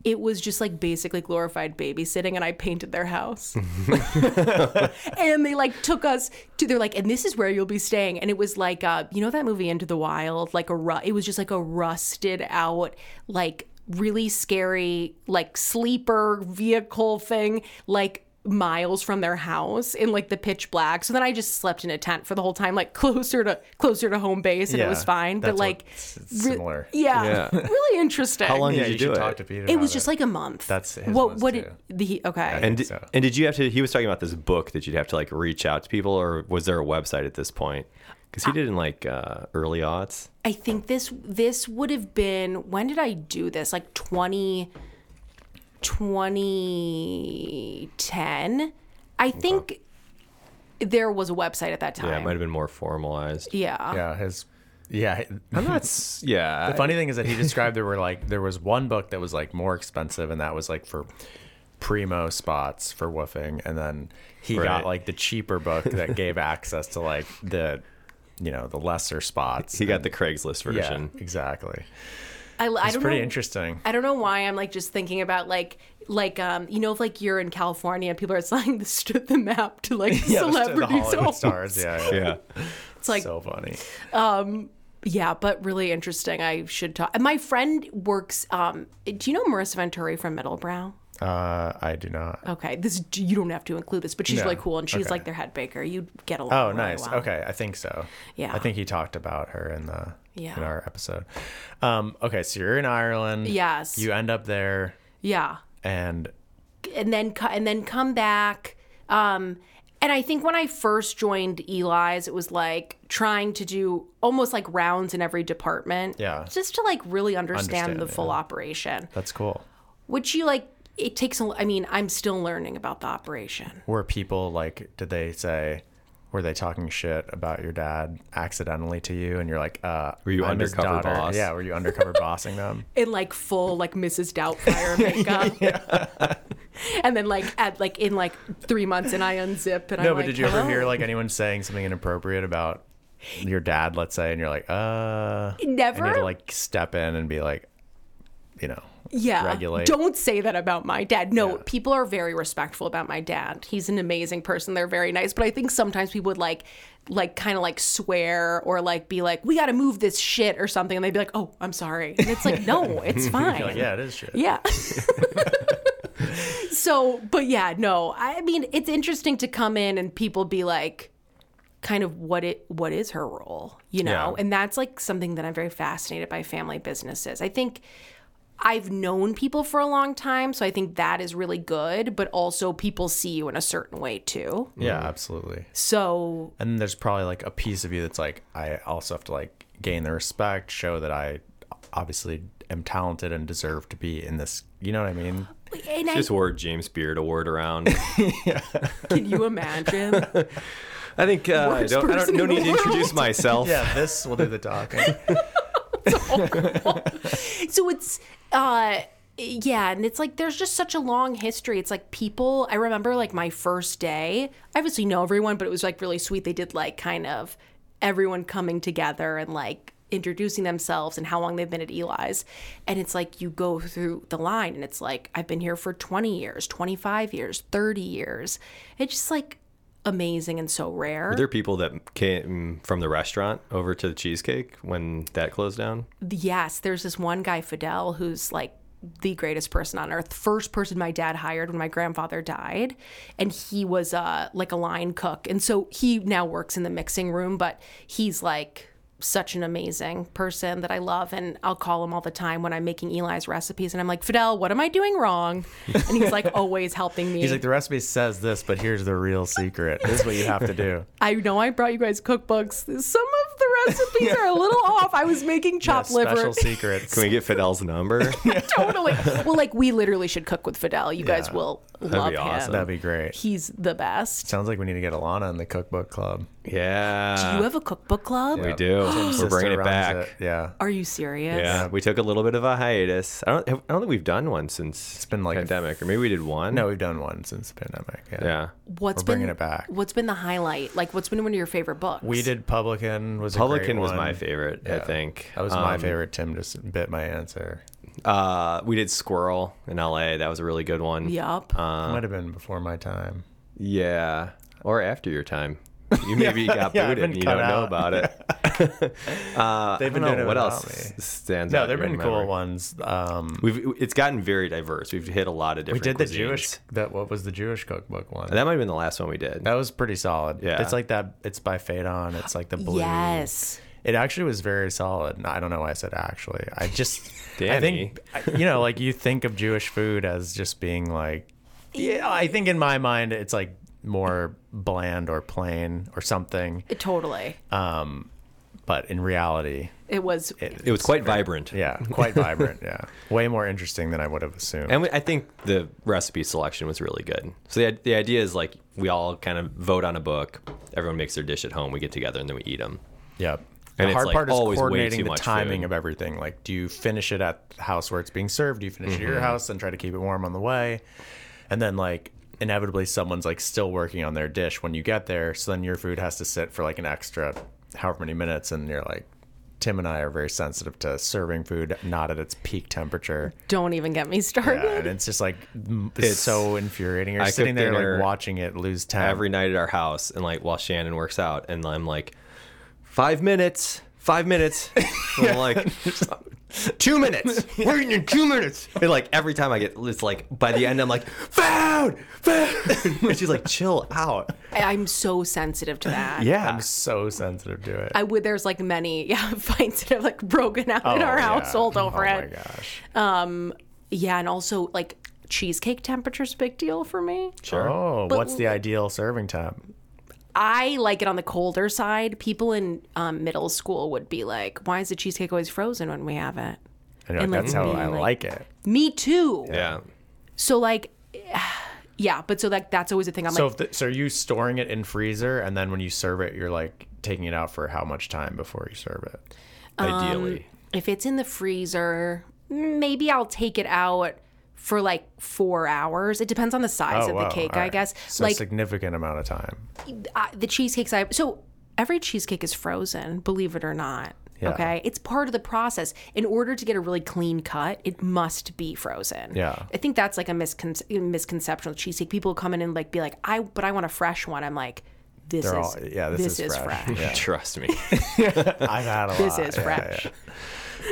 Speaker 3: it was just like basically glorified babysitting, and I painted their house. and they like took us to they're like and this is where you'll be staying and it was like uh you know that movie into the wild like a ru- it was just like a rusted out like really scary like sleeper vehicle thing like miles from their house in like the pitch black so then i just slept in a tent for the whole time like [laughs] closer to closer to home base and it
Speaker 2: Yeah,
Speaker 3: was fine but
Speaker 2: that's what-
Speaker 3: like
Speaker 2: it's
Speaker 3: re-
Speaker 2: similar.
Speaker 1: Yeah.
Speaker 3: yeah, [laughs] really interesting
Speaker 1: How long
Speaker 2: yeah,
Speaker 1: did
Speaker 2: you,
Speaker 1: you, do
Speaker 2: should
Speaker 1: it?
Speaker 2: talk to Peter.
Speaker 3: it
Speaker 2: about
Speaker 3: was just like a month
Speaker 2: That's his
Speaker 3: what
Speaker 2: was
Speaker 3: what
Speaker 2: too.
Speaker 3: it the okay
Speaker 1: And did,
Speaker 2: so.
Speaker 1: and did you have to? He was talking about this book that you'd have to like reach out to people, or was there a website at this point? Because he did in like uh, early aughts.
Speaker 3: I think this this would have been when did I do this? Like 20 2010. I think there was a website at that time.
Speaker 1: Yeah, it might have been more formalized.
Speaker 3: Yeah.
Speaker 2: yeah, his yeah.
Speaker 1: I'm not.
Speaker 2: [laughs]
Speaker 1: s- Yeah,
Speaker 2: The funny thing
Speaker 1: [laughs]
Speaker 2: is that he described there were like there was one book that was like more expensive, and that was like for primo spots for woofing, and then he
Speaker 1: Right.
Speaker 2: got like the cheaper book
Speaker 1: [laughs]
Speaker 2: that gave access to like the you know the lesser spots.
Speaker 1: he got the Craigslist
Speaker 2: yeah,
Speaker 1: version.
Speaker 2: exactly.
Speaker 3: I, I
Speaker 2: It's
Speaker 3: don't
Speaker 2: pretty
Speaker 3: know.
Speaker 2: interesting.
Speaker 3: I don't know why I'm like just thinking about like like um you know if like you're in California people are [laughs] selling the strip the map to like
Speaker 2: [laughs] [laughs] Yeah, the- the
Speaker 3: celebrities.
Speaker 2: Hollywood stars. Yeah, yeah.
Speaker 1: Yeah,
Speaker 3: [laughs] It's like
Speaker 2: so funny.
Speaker 3: Yeah, but really interesting. I should talk. My friend works. Um, do you know Marissa Venturi from Middlebrow?
Speaker 2: Uh, I do not.
Speaker 3: Okay, this you don't have to include this, but she's
Speaker 2: No.
Speaker 3: really cool, and she's
Speaker 2: Okay.
Speaker 3: like their head baker. You'd get along.
Speaker 2: Oh,
Speaker 3: really
Speaker 2: nice.
Speaker 3: well.
Speaker 2: Okay, I think so.
Speaker 3: Yeah.
Speaker 2: I think he talked about her in the
Speaker 3: Yeah.
Speaker 2: in our episode. Um, okay, so you're in Ireland.
Speaker 3: Yes.
Speaker 2: You end up there,
Speaker 3: Yeah,
Speaker 2: and
Speaker 3: and then co- and then come back. Um, and I think when I first joined Eli's, it was like trying to do almost like rounds in every department.
Speaker 2: Yeah.
Speaker 3: just to like really understand,
Speaker 2: Understand
Speaker 3: the
Speaker 2: it,
Speaker 3: full operation,
Speaker 2: that's cool.
Speaker 3: which you like. It takes. a- I mean, I'm still learning about the operation.
Speaker 2: Were people like? Did they say? Were they talking shit about your dad accidentally to you? And you're like, uh,
Speaker 1: Were you
Speaker 2: I'm his
Speaker 1: undercover
Speaker 2: daughter.
Speaker 1: boss?
Speaker 2: Yeah. Were you
Speaker 3: [laughs]
Speaker 2: undercover bossing them?
Speaker 3: in like full like
Speaker 2: [laughs]
Speaker 3: Mrs. Doubtfire makeup. [laughs] and then like at like in like three months and I unzip and
Speaker 2: No, but
Speaker 3: I'm like,
Speaker 2: did you ever
Speaker 3: "Hello?"
Speaker 2: hear like anyone saying something inappropriate about your dad? Let's say, and you're like, uh, And you had
Speaker 3: Never?
Speaker 2: to like step in and be like, you know,
Speaker 3: yeah.
Speaker 2: regulate?
Speaker 3: Don't say that about my dad. No,
Speaker 2: Yeah.
Speaker 3: people are very respectful about my dad. He's an amazing person. They're very nice. But I think sometimes people would like like kind of like swear or like be like, We gotta move this shit or something and they'd be like, Oh, I'm sorry. And it's like, no,
Speaker 2: [laughs]
Speaker 3: it's fine.
Speaker 2: like, yeah, it is shit.
Speaker 3: Yeah. [laughs] so, but yeah, no. I mean, it's interesting to come in and people be like kind of what it what is her role, you know?
Speaker 2: Yeah.
Speaker 3: And that's like something that I'm very fascinated by family businesses. I think I've known people for a long time, so I think that is really good, but also people see you in a certain way too.
Speaker 2: Yeah, absolutely.
Speaker 3: So,
Speaker 2: And then there's probably like a piece of you that's like, I also have to like gain the respect, show that I obviously am talented and deserve to be in this. You know what
Speaker 1: [laughs]
Speaker 2: I mean?
Speaker 3: and I,
Speaker 1: just wore a James Beard award around.
Speaker 3: can you imagine?
Speaker 1: [laughs] I think uh, I
Speaker 3: Worst
Speaker 1: don't, I don't,
Speaker 3: person
Speaker 1: no
Speaker 3: in the
Speaker 1: need to introduce
Speaker 3: world.
Speaker 1: myself.
Speaker 2: Yeah, this will do the talking.
Speaker 3: so it's uh yeah and it's like there's just such a long history it's like people i remember like my first day i obviously know everyone but it was like really sweet they did like kind of everyone coming together and like introducing themselves and how long they've been at eli's and it's like you go through the line and it's like i've been here for 20 years 25 years 30 years it's just like amazing and so rare
Speaker 1: Were there people that came from the restaurant over to the cheesecake when that closed down?
Speaker 3: Yes, there's this one guy, Fidel, who's like the greatest person on earth. First person my dad hired when my grandfather died, and he was uh, like a line cook, and so he now works in the mixing room. But he's like such an amazing person that I love, and I'll call him all the time when I'm making Eli's recipes, and I'm like, Fidel, what am I doing wrong? And
Speaker 2: [laughs]
Speaker 3: he's like always helping me.
Speaker 2: [laughs] He's like, the recipe says this, but here's the real secret. This is what you have to do.
Speaker 3: I know I brought you guys cookbooks. Some of the recipes
Speaker 2: [laughs]
Speaker 3: are a little off. I was making
Speaker 2: Yeah,
Speaker 3: chopped liver.
Speaker 1: [laughs]
Speaker 2: special secrets.
Speaker 1: Can we get Fidel's number?
Speaker 3: [laughs] totally. Well, like we literally should cook with Fidel. You guys
Speaker 2: Yeah.
Speaker 3: will
Speaker 1: be
Speaker 3: love
Speaker 1: awesome.
Speaker 2: [laughs] That'd
Speaker 3: him.
Speaker 2: be great.
Speaker 3: He's the best.
Speaker 2: Sounds like we need to get Alana in the cookbook club.
Speaker 1: yeah.
Speaker 2: uh,
Speaker 3: you have a cookbook club?
Speaker 1: we do. We're bringing
Speaker 2: Sister
Speaker 1: it
Speaker 2: runs
Speaker 1: back.
Speaker 2: Yeah.
Speaker 3: Are you serious?
Speaker 1: Yeah, we took a little bit of a hiatus. I don't. I don't think we've done one since it's
Speaker 2: been like a
Speaker 1: pandemic, or maybe we did one.
Speaker 2: No, we've done one since the pandemic. Yeah.
Speaker 1: Yeah.
Speaker 3: What's
Speaker 2: We're
Speaker 3: been
Speaker 2: bringing it back.
Speaker 3: What's been the highlight? Like, what's been one of your favorite books?
Speaker 2: We did Publican was a great
Speaker 1: Publican was
Speaker 2: one.
Speaker 1: my favorite. I
Speaker 2: Yeah.
Speaker 1: think
Speaker 2: That was my
Speaker 1: Um,
Speaker 2: favorite. Tim just bit my answer.
Speaker 1: Uh, we did Squirrel in L.A. That was a really good one.
Speaker 3: Yup.
Speaker 1: uh,
Speaker 2: Might have been before my time.
Speaker 1: Yeah, or after your time.
Speaker 2: [laughs]
Speaker 1: You maybe got
Speaker 2: yeah, I've
Speaker 1: booted
Speaker 2: been
Speaker 1: and you
Speaker 2: cut
Speaker 1: don't know about
Speaker 2: out. [laughs]
Speaker 1: it. uh, I
Speaker 2: They've been
Speaker 1: don't
Speaker 2: doing
Speaker 1: know
Speaker 2: it
Speaker 1: what
Speaker 2: without
Speaker 1: else
Speaker 2: me.
Speaker 1: stands out.
Speaker 2: No, there've
Speaker 1: here in
Speaker 2: been
Speaker 1: my
Speaker 2: cool
Speaker 1: memory.
Speaker 2: ones. Um,
Speaker 1: We've it's gotten very diverse. We've hit a lot of
Speaker 2: we
Speaker 1: different.
Speaker 2: did the
Speaker 1: cuisines.
Speaker 2: Jewish. That what was the Jewish cookbook one?
Speaker 1: That might have been the last one we did.
Speaker 2: That was pretty solid.
Speaker 1: Yeah.
Speaker 2: It's like that. It's by Phaedon. It's like the blue.
Speaker 3: yes.
Speaker 2: It actually was very solid. And I don't know why I said actually. I [laughs] just, I
Speaker 1: Danny.
Speaker 2: think, I- you know, like you think of Jewish food as just being like, yeah, I think in my mind it's like more bland or plain or something.
Speaker 3: It- totally.
Speaker 2: Uh, But in reality,
Speaker 3: it was.
Speaker 1: It was quite vibrant.
Speaker 2: yeah, [laughs] quite vibrant. Yeah. Way more interesting than I would have assumed.
Speaker 1: And we, I think the recipe selection was really good. So the, the idea is like we all kind of vote on a book. Everyone makes their dish at home. We get together and then we eat them.
Speaker 2: Yep.
Speaker 1: And
Speaker 2: the
Speaker 1: it's,
Speaker 2: hard
Speaker 1: like,
Speaker 2: part is
Speaker 1: always way
Speaker 2: coordinating
Speaker 1: too
Speaker 2: the
Speaker 1: much
Speaker 2: timing
Speaker 1: food.
Speaker 2: of everything. Like, do you finish it at the house where it's being served? Do you finish it
Speaker 1: Mm-hmm.
Speaker 2: at your house and try to keep it warm on the way? And then, like, inevitably, someone's like still working on their dish when you get there. So then your food has to sit for like an extra however many minutes. And you're like, Tim and I are very sensitive to serving food not at its peak temperature.
Speaker 3: Don't even get me started.
Speaker 2: Yeah, and it's just like m-
Speaker 1: It's-
Speaker 2: so infuriating. You're
Speaker 1: I
Speaker 2: sitting
Speaker 1: cook
Speaker 2: there
Speaker 1: dinner
Speaker 2: like watching it lose time.
Speaker 1: every night at our house and like while Shannon works out and I'm like five minutes five minutes and I'm like [laughs] two minutes we're eating in two minutes and like every time I get it's like by the end I'm like food food [laughs] and she's like chill out
Speaker 3: I- I'm so sensitive
Speaker 2: [laughs]
Speaker 3: to that.
Speaker 1: yeah
Speaker 2: I'm so sensitive to it.
Speaker 3: I would. There's like many [laughs] yeah fights that have like broken out in
Speaker 2: Oh,
Speaker 3: our
Speaker 2: yeah.
Speaker 3: household over
Speaker 2: oh
Speaker 3: it.
Speaker 2: my gosh.
Speaker 3: Yeah, and also like cheesecake temperature's a big deal for me.
Speaker 2: Oh, what's the ideal serving time?
Speaker 3: I like it on the colder side. People in um, middle school would be like, "Why is the cheesecake always frozen when we have it?"
Speaker 2: I know,
Speaker 3: And, like,
Speaker 2: that's how
Speaker 3: being
Speaker 2: I like
Speaker 3: like-
Speaker 2: it.
Speaker 3: Me too.
Speaker 1: yeah
Speaker 3: So like, [sighs] yeah, but so like that's always a thing. I'm
Speaker 2: So,
Speaker 3: like,
Speaker 2: if the, so are you storing it in freezer, and then when you serve it, you're like taking it out for how much time before you serve it?
Speaker 1: ideally
Speaker 3: if it's in the freezer, maybe I'll take it out for like four hours. It depends on the size of
Speaker 2: Oh, wow,
Speaker 3: the cake,
Speaker 2: all
Speaker 3: I
Speaker 2: right.
Speaker 3: guess.
Speaker 2: So
Speaker 3: like
Speaker 2: significant amount of time.
Speaker 3: I, the cheesecakes I so every cheesecake is frozen, believe it or not.
Speaker 2: Yeah.
Speaker 3: Okay, it's part of the process. In order to get a really clean cut, it must be frozen.
Speaker 2: Yeah.
Speaker 3: I think that's like a misconce- misconception with cheesecake. People come in and like be like, I but I want a fresh one. I'm like, this
Speaker 2: They're
Speaker 3: is
Speaker 2: all yeah. This, is, fresh. Yeah.
Speaker 1: trust me
Speaker 2: [laughs] I've had a
Speaker 3: This
Speaker 2: lot.
Speaker 3: is
Speaker 2: Yeah,
Speaker 3: fresh.
Speaker 2: Yeah,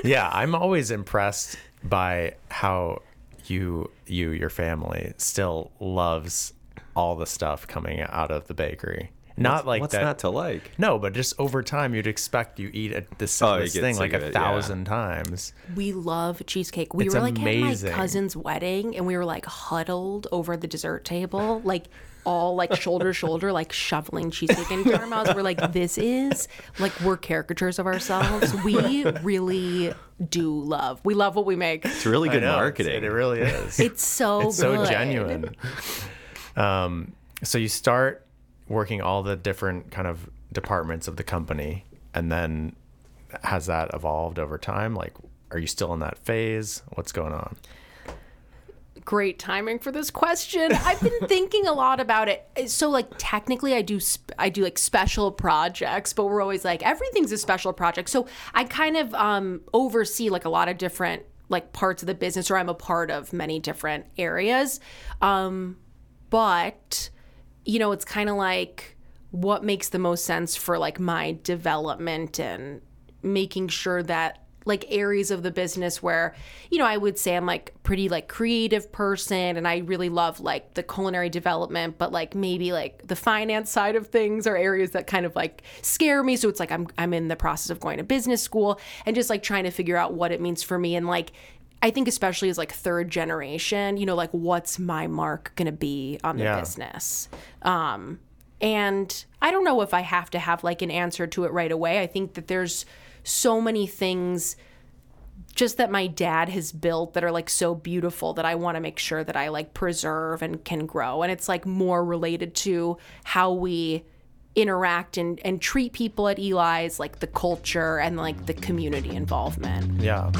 Speaker 2: Yeah, I'm always impressed by how you, you, your family still loves all the stuff coming out of the bakery. Not like
Speaker 1: what's
Speaker 2: that.
Speaker 1: not to like
Speaker 2: No, but just over time, you'd expect you eat a, this,
Speaker 1: Oh, you
Speaker 2: this
Speaker 1: get
Speaker 2: thing
Speaker 1: sick
Speaker 2: like
Speaker 1: of
Speaker 2: a
Speaker 1: it, yeah.
Speaker 2: thousand times.
Speaker 3: We love cheesecake. We
Speaker 2: It's
Speaker 3: were like
Speaker 2: amazing.
Speaker 3: at my cousin's wedding and we were like huddled over the dessert table, like all like shoulder to shoulder, like shoveling cheesecake into our mouths. We're like, this is like we're caricatures of ourselves. We really do love. We love what we make.
Speaker 1: it's really good
Speaker 2: I know, it's-
Speaker 1: marketing
Speaker 2: It really is.
Speaker 3: It's so
Speaker 2: so
Speaker 3: good.
Speaker 2: genuine. Um, so you start working all the different kind of departments of the company, and then has that evolved over time? Like, are you still in that phase? What's going on?
Speaker 3: great timing for this question. I've been thinking a lot about it. So like technically I do sp- I do like special projects, but we're always like everything's a special project. So I kind of um oversee like a lot of different like parts of the business or I'm a part of many different areas. Um but you know, it's kind of like what makes the most sense for like my development and making sure that like areas of the business where you know I would say I'm like pretty like creative person and I really love like the culinary development but like maybe like the finance side of things are areas that kind of like scare me so it's like I'm I'm in the process of going to business school and just like trying to figure out what it means for me and like I think especially as like third generation you know like what's my mark going to be on the
Speaker 2: Yeah.
Speaker 3: business and I don't know if I have to have like an answer to it right away. I think that there's so many things just that my dad has built that are like so beautiful that I want to make sure that I like preserve and can grow. And it's like more related to how we interact and, and treat people at Eli's, like the culture and like the community involvement.
Speaker 2: Yeah.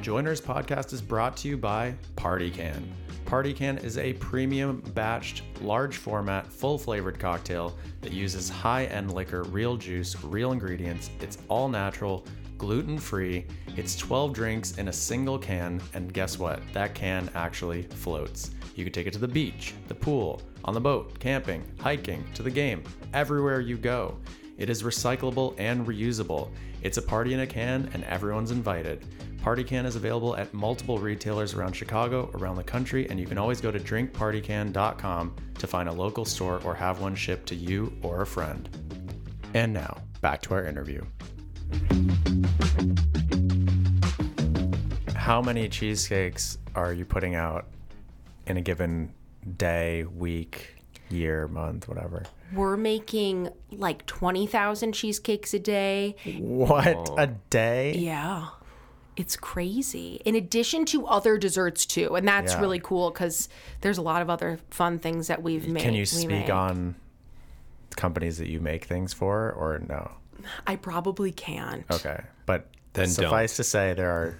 Speaker 2: Joiners Podcast is brought to you by Party Can. Party Can is a premium batched, large format, full flavored cocktail that uses high end liquor, real juice, real ingredients. It's all natural, gluten free. It's 12 drinks in a single can, and guess what? That can actually floats. You can take it to the beach, the pool, on the boat, camping, hiking, to the game, everywhere you go. It is recyclable and reusable. It's a party in a can, and everyone's invited. Party Can is available at multiple retailers around Chicago, around the country, and you can always go to drinkpartycan.com to find a local store or have one shipped to you or a friend. And now, back to our interview. How many cheesecakes are you putting out in a given day, week, year, month, whatever?
Speaker 3: We're making like 20,000 cheesecakes a day.
Speaker 2: What a day!
Speaker 3: Yeah. It's crazy. In addition to other desserts too, and that's
Speaker 2: Yeah.
Speaker 3: really cool because there's a lot of other fun things that we've made.
Speaker 2: Can
Speaker 3: we
Speaker 2: you speak
Speaker 3: make.
Speaker 2: on companies that you make things for or no?
Speaker 3: I probably can't.
Speaker 2: Okay. But
Speaker 1: Then
Speaker 2: suffice to say there are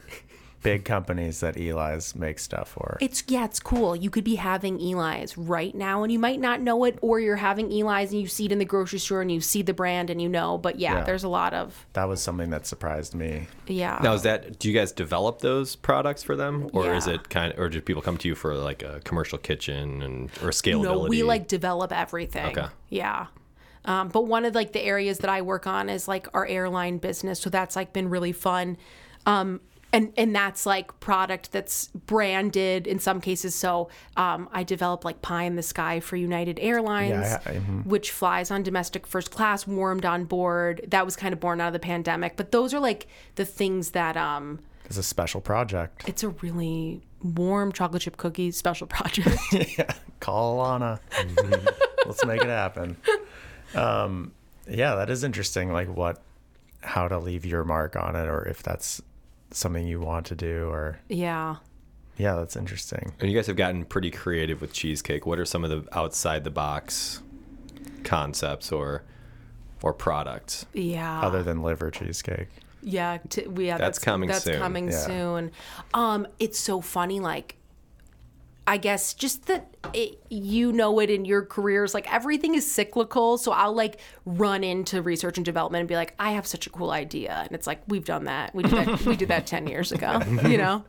Speaker 2: big companies that Eli's make stuff for.
Speaker 3: It's yeah, it's cool. You could be having Eli's right now, and you might not know it, or you're having Eli's and you see it in the grocery store and you see the brand and you know. But yeah,
Speaker 2: Yeah.
Speaker 3: there's a lot of
Speaker 2: that was something that surprised me.
Speaker 3: yeah.
Speaker 1: Now is that do you guys develop those products for them, or is
Speaker 3: Yeah.
Speaker 1: it kind of, or do people come to you for like a commercial kitchen and or
Speaker 3: No,
Speaker 1: scalability?
Speaker 3: we like develop everything.
Speaker 1: Okay.
Speaker 3: Yeah. Um, but one of like the areas that I work on is like our airline business, so that's like been really fun. Um, and and that's like product that's branded in some cases. So um, I develop like pie in the sky for United Airlines,
Speaker 2: Yeah, I- mm-hmm. I-
Speaker 3: which flies on domestic first class, warmed on board. That was kind of born out of the pandemic. But those are like the things that um,
Speaker 2: It's a special [laughs] project.
Speaker 3: it's a really warm chocolate chip cookie special [laughs] project.
Speaker 2: Call Alana. Mm-hmm. [laughs] Let's make it happen. Um, yeah, that is interesting. Like what, how to leave your mark on it, or if that's something you want to do, or
Speaker 3: yeah.
Speaker 2: yeah, that's interesting.
Speaker 1: And you guys have gotten pretty creative with cheesecake. What are some of the outside the box concepts or or products?
Speaker 3: Yeah.
Speaker 2: Other than liver cheesecake.
Speaker 3: Yeah, t- we yeah,
Speaker 1: That's coming
Speaker 3: That's
Speaker 1: soon.
Speaker 3: coming
Speaker 2: Yeah.
Speaker 3: soon. Um, it's so funny. Like, I guess just that it, you know it in your careers. Like everything is cyclical. So I'll like run into research and development and be like, I have such a cool idea, and it's like we've done that. We did that. we did that ten years ago. You know,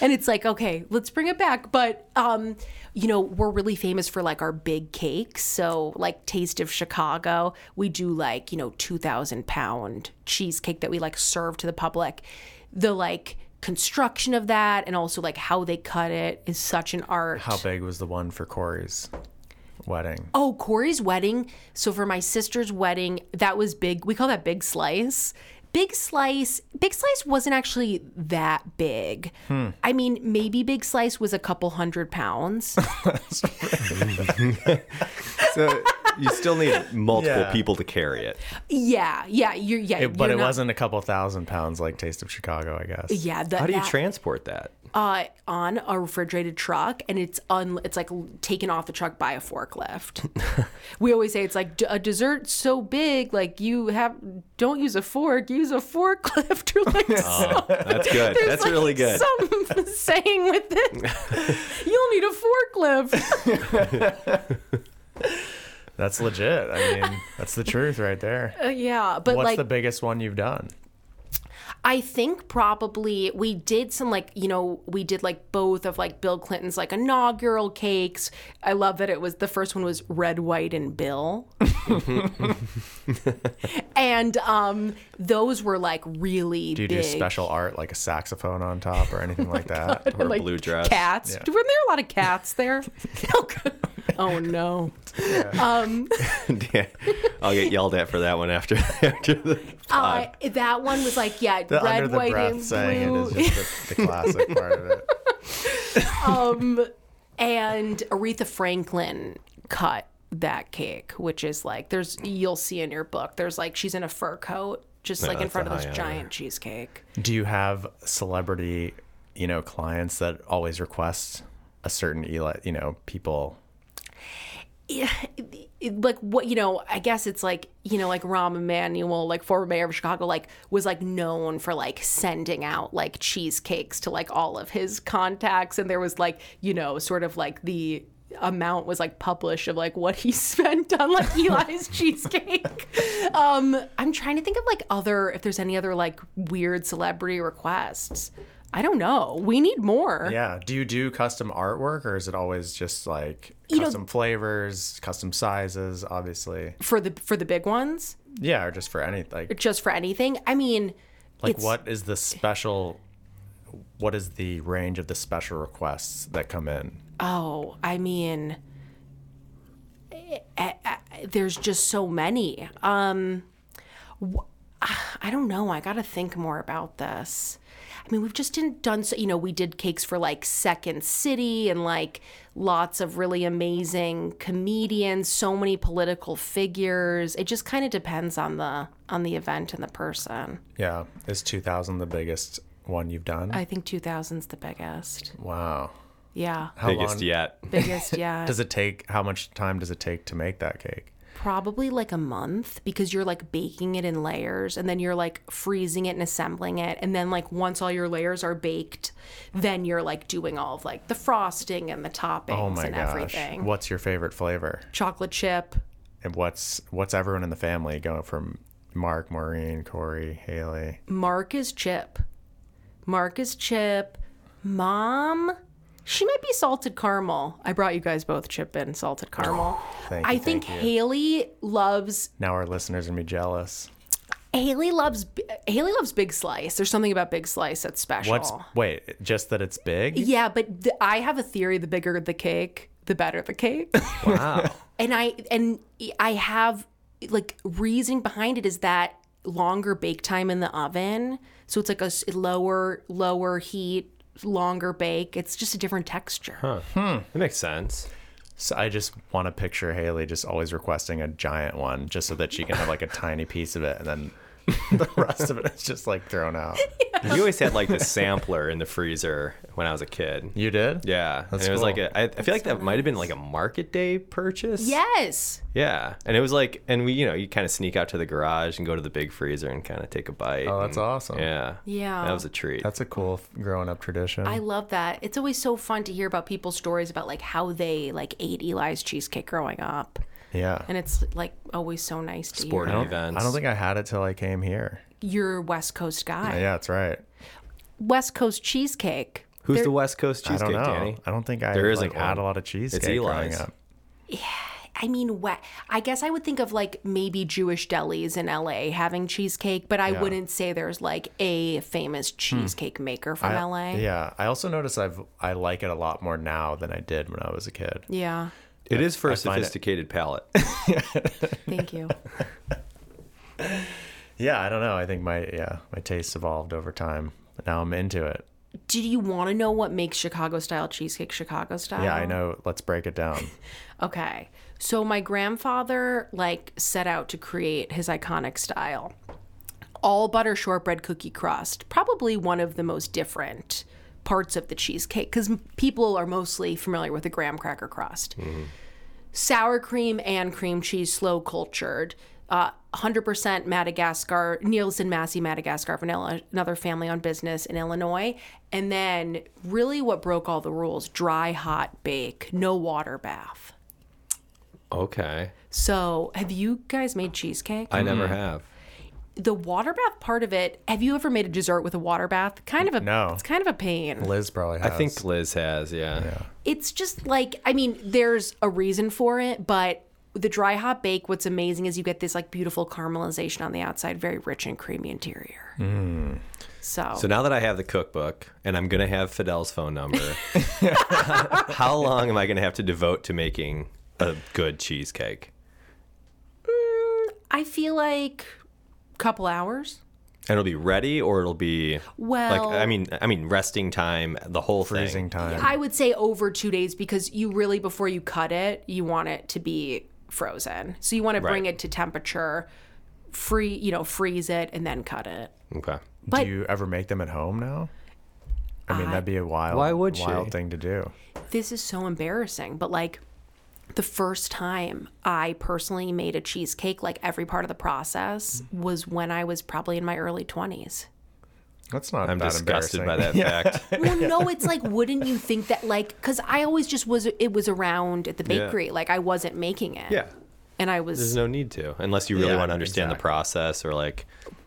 Speaker 3: and it's like okay, let's bring it back. But um, you know, we're really famous for like our big cakes. So like Taste of Chicago, we do like you know two thousand pound cheesecake that we like serve to the public. The like construction of that and also like how they cut it is such an art.
Speaker 2: How big was the one for Corey's wedding?
Speaker 3: Oh, Corey's wedding. So for my sister's wedding, that was big. We call that big slice. Big slice. Big slice wasn't actually that big.
Speaker 2: Hmm.
Speaker 3: I mean, maybe big slice was a couple
Speaker 2: [laughs]
Speaker 3: hundred pounds.
Speaker 1: So [laughs] you still need multiple
Speaker 2: [laughs] Yeah.
Speaker 1: people to carry it.
Speaker 3: yeah, yeah, you're yeah.
Speaker 2: but
Speaker 3: you're
Speaker 2: it
Speaker 3: not-
Speaker 2: wasn't a couple thousand pounds like Taste of Chicago, I guess.
Speaker 3: Yeah, the,
Speaker 1: How do you
Speaker 3: that-
Speaker 1: transport that?
Speaker 3: uh, on a refrigerated truck, and it's un- it's like taken off the truck by a forklift.
Speaker 2: [laughs]
Speaker 3: we always say it's like "D- a dessert so big, like you have don't use a fork, use a forklift [laughs] or like something.
Speaker 1: Oh, That's good.
Speaker 3: There's,
Speaker 1: That's
Speaker 3: like,
Speaker 1: really good.
Speaker 3: Some [laughs] saying with it.
Speaker 1: [laughs]
Speaker 3: You'll need a forklift.
Speaker 2: That's legit. I mean, that's the truth right there.
Speaker 3: [laughs] Uh, yeah, but
Speaker 2: What's
Speaker 3: like
Speaker 2: the biggest one you've done?
Speaker 3: I think probably we did some like you know we did like both of like Bill Clinton's like inaugural cakes. I love that it was the first one was red, white, and Bill. and um those were like really
Speaker 2: Do you
Speaker 3: big. Oh
Speaker 2: do special art like a saxophone on top or anything
Speaker 3: [laughs]
Speaker 2: like that?
Speaker 1: Or a
Speaker 3: like,
Speaker 1: blue dress.
Speaker 3: cats.
Speaker 2: Yeah.
Speaker 3: Were there a lot of cats
Speaker 2: [laughs]
Speaker 3: there? [laughs] oh, good. Oh, no.
Speaker 1: [laughs] yeah. I'll get yelled at for that one after [laughs] after the
Speaker 3: Uh, that one was like yeah,
Speaker 2: The
Speaker 3: red,
Speaker 2: under the
Speaker 3: white,
Speaker 2: breath
Speaker 3: and
Speaker 2: saying
Speaker 3: blue.
Speaker 2: it is just the, the classic part of
Speaker 3: [laughs]
Speaker 2: it.
Speaker 3: and Aretha Franklin cut that cake, which is like there's you'll see in your book. There's like she's in a fur coat, just like in
Speaker 1: that's
Speaker 3: front
Speaker 1: a
Speaker 3: of
Speaker 1: high
Speaker 3: this
Speaker 1: honor.
Speaker 3: giant cheesecake.
Speaker 2: Do you have celebrity, you know, clients that always request a certain Eli, you know, people.
Speaker 3: it- like what you know i guess it's like you know like rahm emanuel like former mayor of chicago like was like known for like sending out like cheesecakes to like all of his contacts and there was like you know sort of like the amount was like published of like what he [laughs] spent on like
Speaker 2: [laughs]
Speaker 3: eli's cheesecake um i'm trying to think of like other if there's any other like weird celebrity requests i don't know we need more
Speaker 2: Yeah. Do you do custom artwork or is it always just like
Speaker 3: know-
Speaker 2: custom flavors, custom sizes, obviously?
Speaker 3: for the for the big ones
Speaker 2: Yeah, or just for any like
Speaker 3: just for anything i mean
Speaker 2: like
Speaker 3: it's-
Speaker 2: what is the special what is the range of the special requests that come in?
Speaker 3: Oh, I mean, I, I, I, there's just so many. Um, wh- I don't know. I got to think more about this. I mean, we've just didn't done so. You know, we did cakes for like Second City and like lots of really amazing comedians, so many political figures. It just kind of depends on the on the event and the person.
Speaker 2: Yeah. Is 2000 the biggest one you've done?
Speaker 3: I think 2000's the biggest.
Speaker 2: wow.
Speaker 3: Yeah,
Speaker 2: How
Speaker 1: Biggest
Speaker 2: long
Speaker 1: yet.
Speaker 3: biggest. Yeah.
Speaker 2: does it take? How much time does it take to make that cake?
Speaker 3: probably like a month because you're like baking it in layers and then you're like freezing it and assembling it and then like once all your layers are baked then you're like doing all of like the frosting and the toppings
Speaker 2: Oh my
Speaker 3: and
Speaker 2: gosh.
Speaker 3: everything
Speaker 2: What's your favorite flavor?
Speaker 3: chocolate chip
Speaker 2: And what's what's everyone in the family going from Mark, Maureen, Corey, Haley?
Speaker 3: mark is chip mark is chip mom she might be salted caramel i brought you guys both chip and salted caramel
Speaker 2: Oh, Thank you.
Speaker 3: i think
Speaker 2: thank you.
Speaker 3: haley loves
Speaker 2: now our listeners are gonna be jealous.
Speaker 3: haley loves haley loves big slice there's something about big slice that's special
Speaker 2: What's wait? Just that it's big?
Speaker 3: Yeah, but th- I have a theory: the bigger the cake, the better the cake.
Speaker 2: [laughs] Wow.
Speaker 3: and I and I have like reasoning behind it is that longer bake time in the oven, so it's like a s- lower lower heat, longer bake. It's just a different texture.
Speaker 1: That makes sense.
Speaker 2: so I just want to picture Haley just always requesting a giant one, just so that she can have like a tiny piece of it, and then [laughs] the rest of it is just like thrown out.
Speaker 1: We always had like the sampler in the freezer when I was a kid.
Speaker 2: You did?
Speaker 1: Yeah, and
Speaker 2: That's
Speaker 1: it was
Speaker 2: cool.
Speaker 1: like a, I, I feel like that might have been like a market day purchase.
Speaker 3: Yes,
Speaker 1: yeah, and it was like, and we, you know, you kind of sneak out to the garage and go to the big freezer and kind of take a bite.
Speaker 2: Oh, that's
Speaker 1: and-
Speaker 2: awesome.
Speaker 1: Mm. Yeah,
Speaker 3: Yeah.
Speaker 1: that was a treat.
Speaker 2: That's a cool growing up tradition.
Speaker 3: I love that. It's always so fun to hear about people's stories about like how they like ate Eli's cheesecake growing up,
Speaker 2: yeah.
Speaker 3: and it's like always so nice to
Speaker 1: Sporting
Speaker 3: hear.
Speaker 1: events.
Speaker 2: I don't think I had it till I came here.
Speaker 3: You're a West Coast guy.
Speaker 2: Yeah, that's right.
Speaker 3: West Coast cheesecake.
Speaker 1: who's
Speaker 3: There-
Speaker 1: the West Coast
Speaker 2: I don't
Speaker 1: cheesecake,
Speaker 2: know.
Speaker 1: Danny.
Speaker 2: I don't think I
Speaker 1: There
Speaker 2: like
Speaker 1: isn't
Speaker 2: had
Speaker 1: one.
Speaker 2: a lot of cheesecake growing
Speaker 1: Eli's.
Speaker 2: up.
Speaker 3: I mean, what? I guess I would think of like maybe Jewish delis in LA having cheesecake, but I wouldn't say there's like a famous cheesecake maker from
Speaker 2: Hmm. I-
Speaker 3: LA.
Speaker 2: Yeah. I also notice I've I like it a lot more now than I did when I was a kid.
Speaker 3: Yeah.
Speaker 1: It is for a
Speaker 2: find it-
Speaker 1: sophisticated
Speaker 2: [laughs]
Speaker 1: palate.
Speaker 3: Thank you.
Speaker 2: Yeah, I don't know. I think my yeah, my tastes evolved over time. But now I'm into it.
Speaker 3: Do you want to know what makes Chicago style cheesecake Chicago style?
Speaker 2: Yeah, I know. Let's break it down.
Speaker 3: Okay. So my grandfather like set out to create his iconic style. All butter shortbread cookie crust, probably one of the most different parts of the cheesecake cuz people are mostly familiar with the graham cracker crust. Sour cream and cream cheese slow cultured. Uh, 100% Madagascar, Nielsen Massey, Madagascar vanilla, another family owned business in Illinois. And then, really, what broke all the rules dry, hot bake, no water bath.
Speaker 1: okay,
Speaker 3: So, have you guys made cheesecake?
Speaker 1: I
Speaker 2: Mm.
Speaker 1: never have.
Speaker 3: the water bath part of it. Have you ever made a dessert with a water bath? Kind of a
Speaker 2: No.
Speaker 3: It's kind of a pain.
Speaker 2: Liz probably
Speaker 1: I
Speaker 2: has.
Speaker 1: think Liz has. Yeah.
Speaker 3: It's just like I mean, there's a reason for it, but the dry hot bake. What's amazing is you get this like beautiful caramelization on the outside, very rich and creamy interior. So,
Speaker 1: So now that I have the cookbook and I'm gonna have Fidel's phone number, [laughs] how long am I gonna have to devote to making a good cheesecake?
Speaker 3: I feel like a couple hours.
Speaker 1: And it'll be ready, or it'll be like
Speaker 3: Well,
Speaker 1: I mean, I mean resting time, the whole
Speaker 2: freezing
Speaker 1: thing.
Speaker 2: time.
Speaker 3: I would say over two days because you really, before you cut it, you want it to be frozen. So you want to bring
Speaker 1: Right.
Speaker 3: it to temperature, free, you know, freeze it and then cut it.
Speaker 1: Okay.
Speaker 3: but-
Speaker 2: Do you ever make them at home now? I mean, that'd be a wild,
Speaker 4: Why would she?
Speaker 2: wild thing to do.
Speaker 3: this is so embarrassing, but like the first time I personally made a cheesecake, like every part of the process was when I was probably in my
Speaker 1: [laughs]
Speaker 3: early 20s.
Speaker 2: That's not.
Speaker 1: I'm
Speaker 2: that
Speaker 1: disgusted by that
Speaker 2: embarrassing.
Speaker 1: fact.
Speaker 2: [laughs]
Speaker 3: Well, no, it's like, wouldn't you think that, like, because I always just was, it was around at the
Speaker 1: Yeah.
Speaker 3: bakery. Like, I wasn't making it.
Speaker 1: Yeah.
Speaker 3: And I
Speaker 1: There's
Speaker 3: was,
Speaker 1: no need to, unless you really
Speaker 2: Yeah,
Speaker 1: want to understand the
Speaker 2: exactly.
Speaker 1: process or like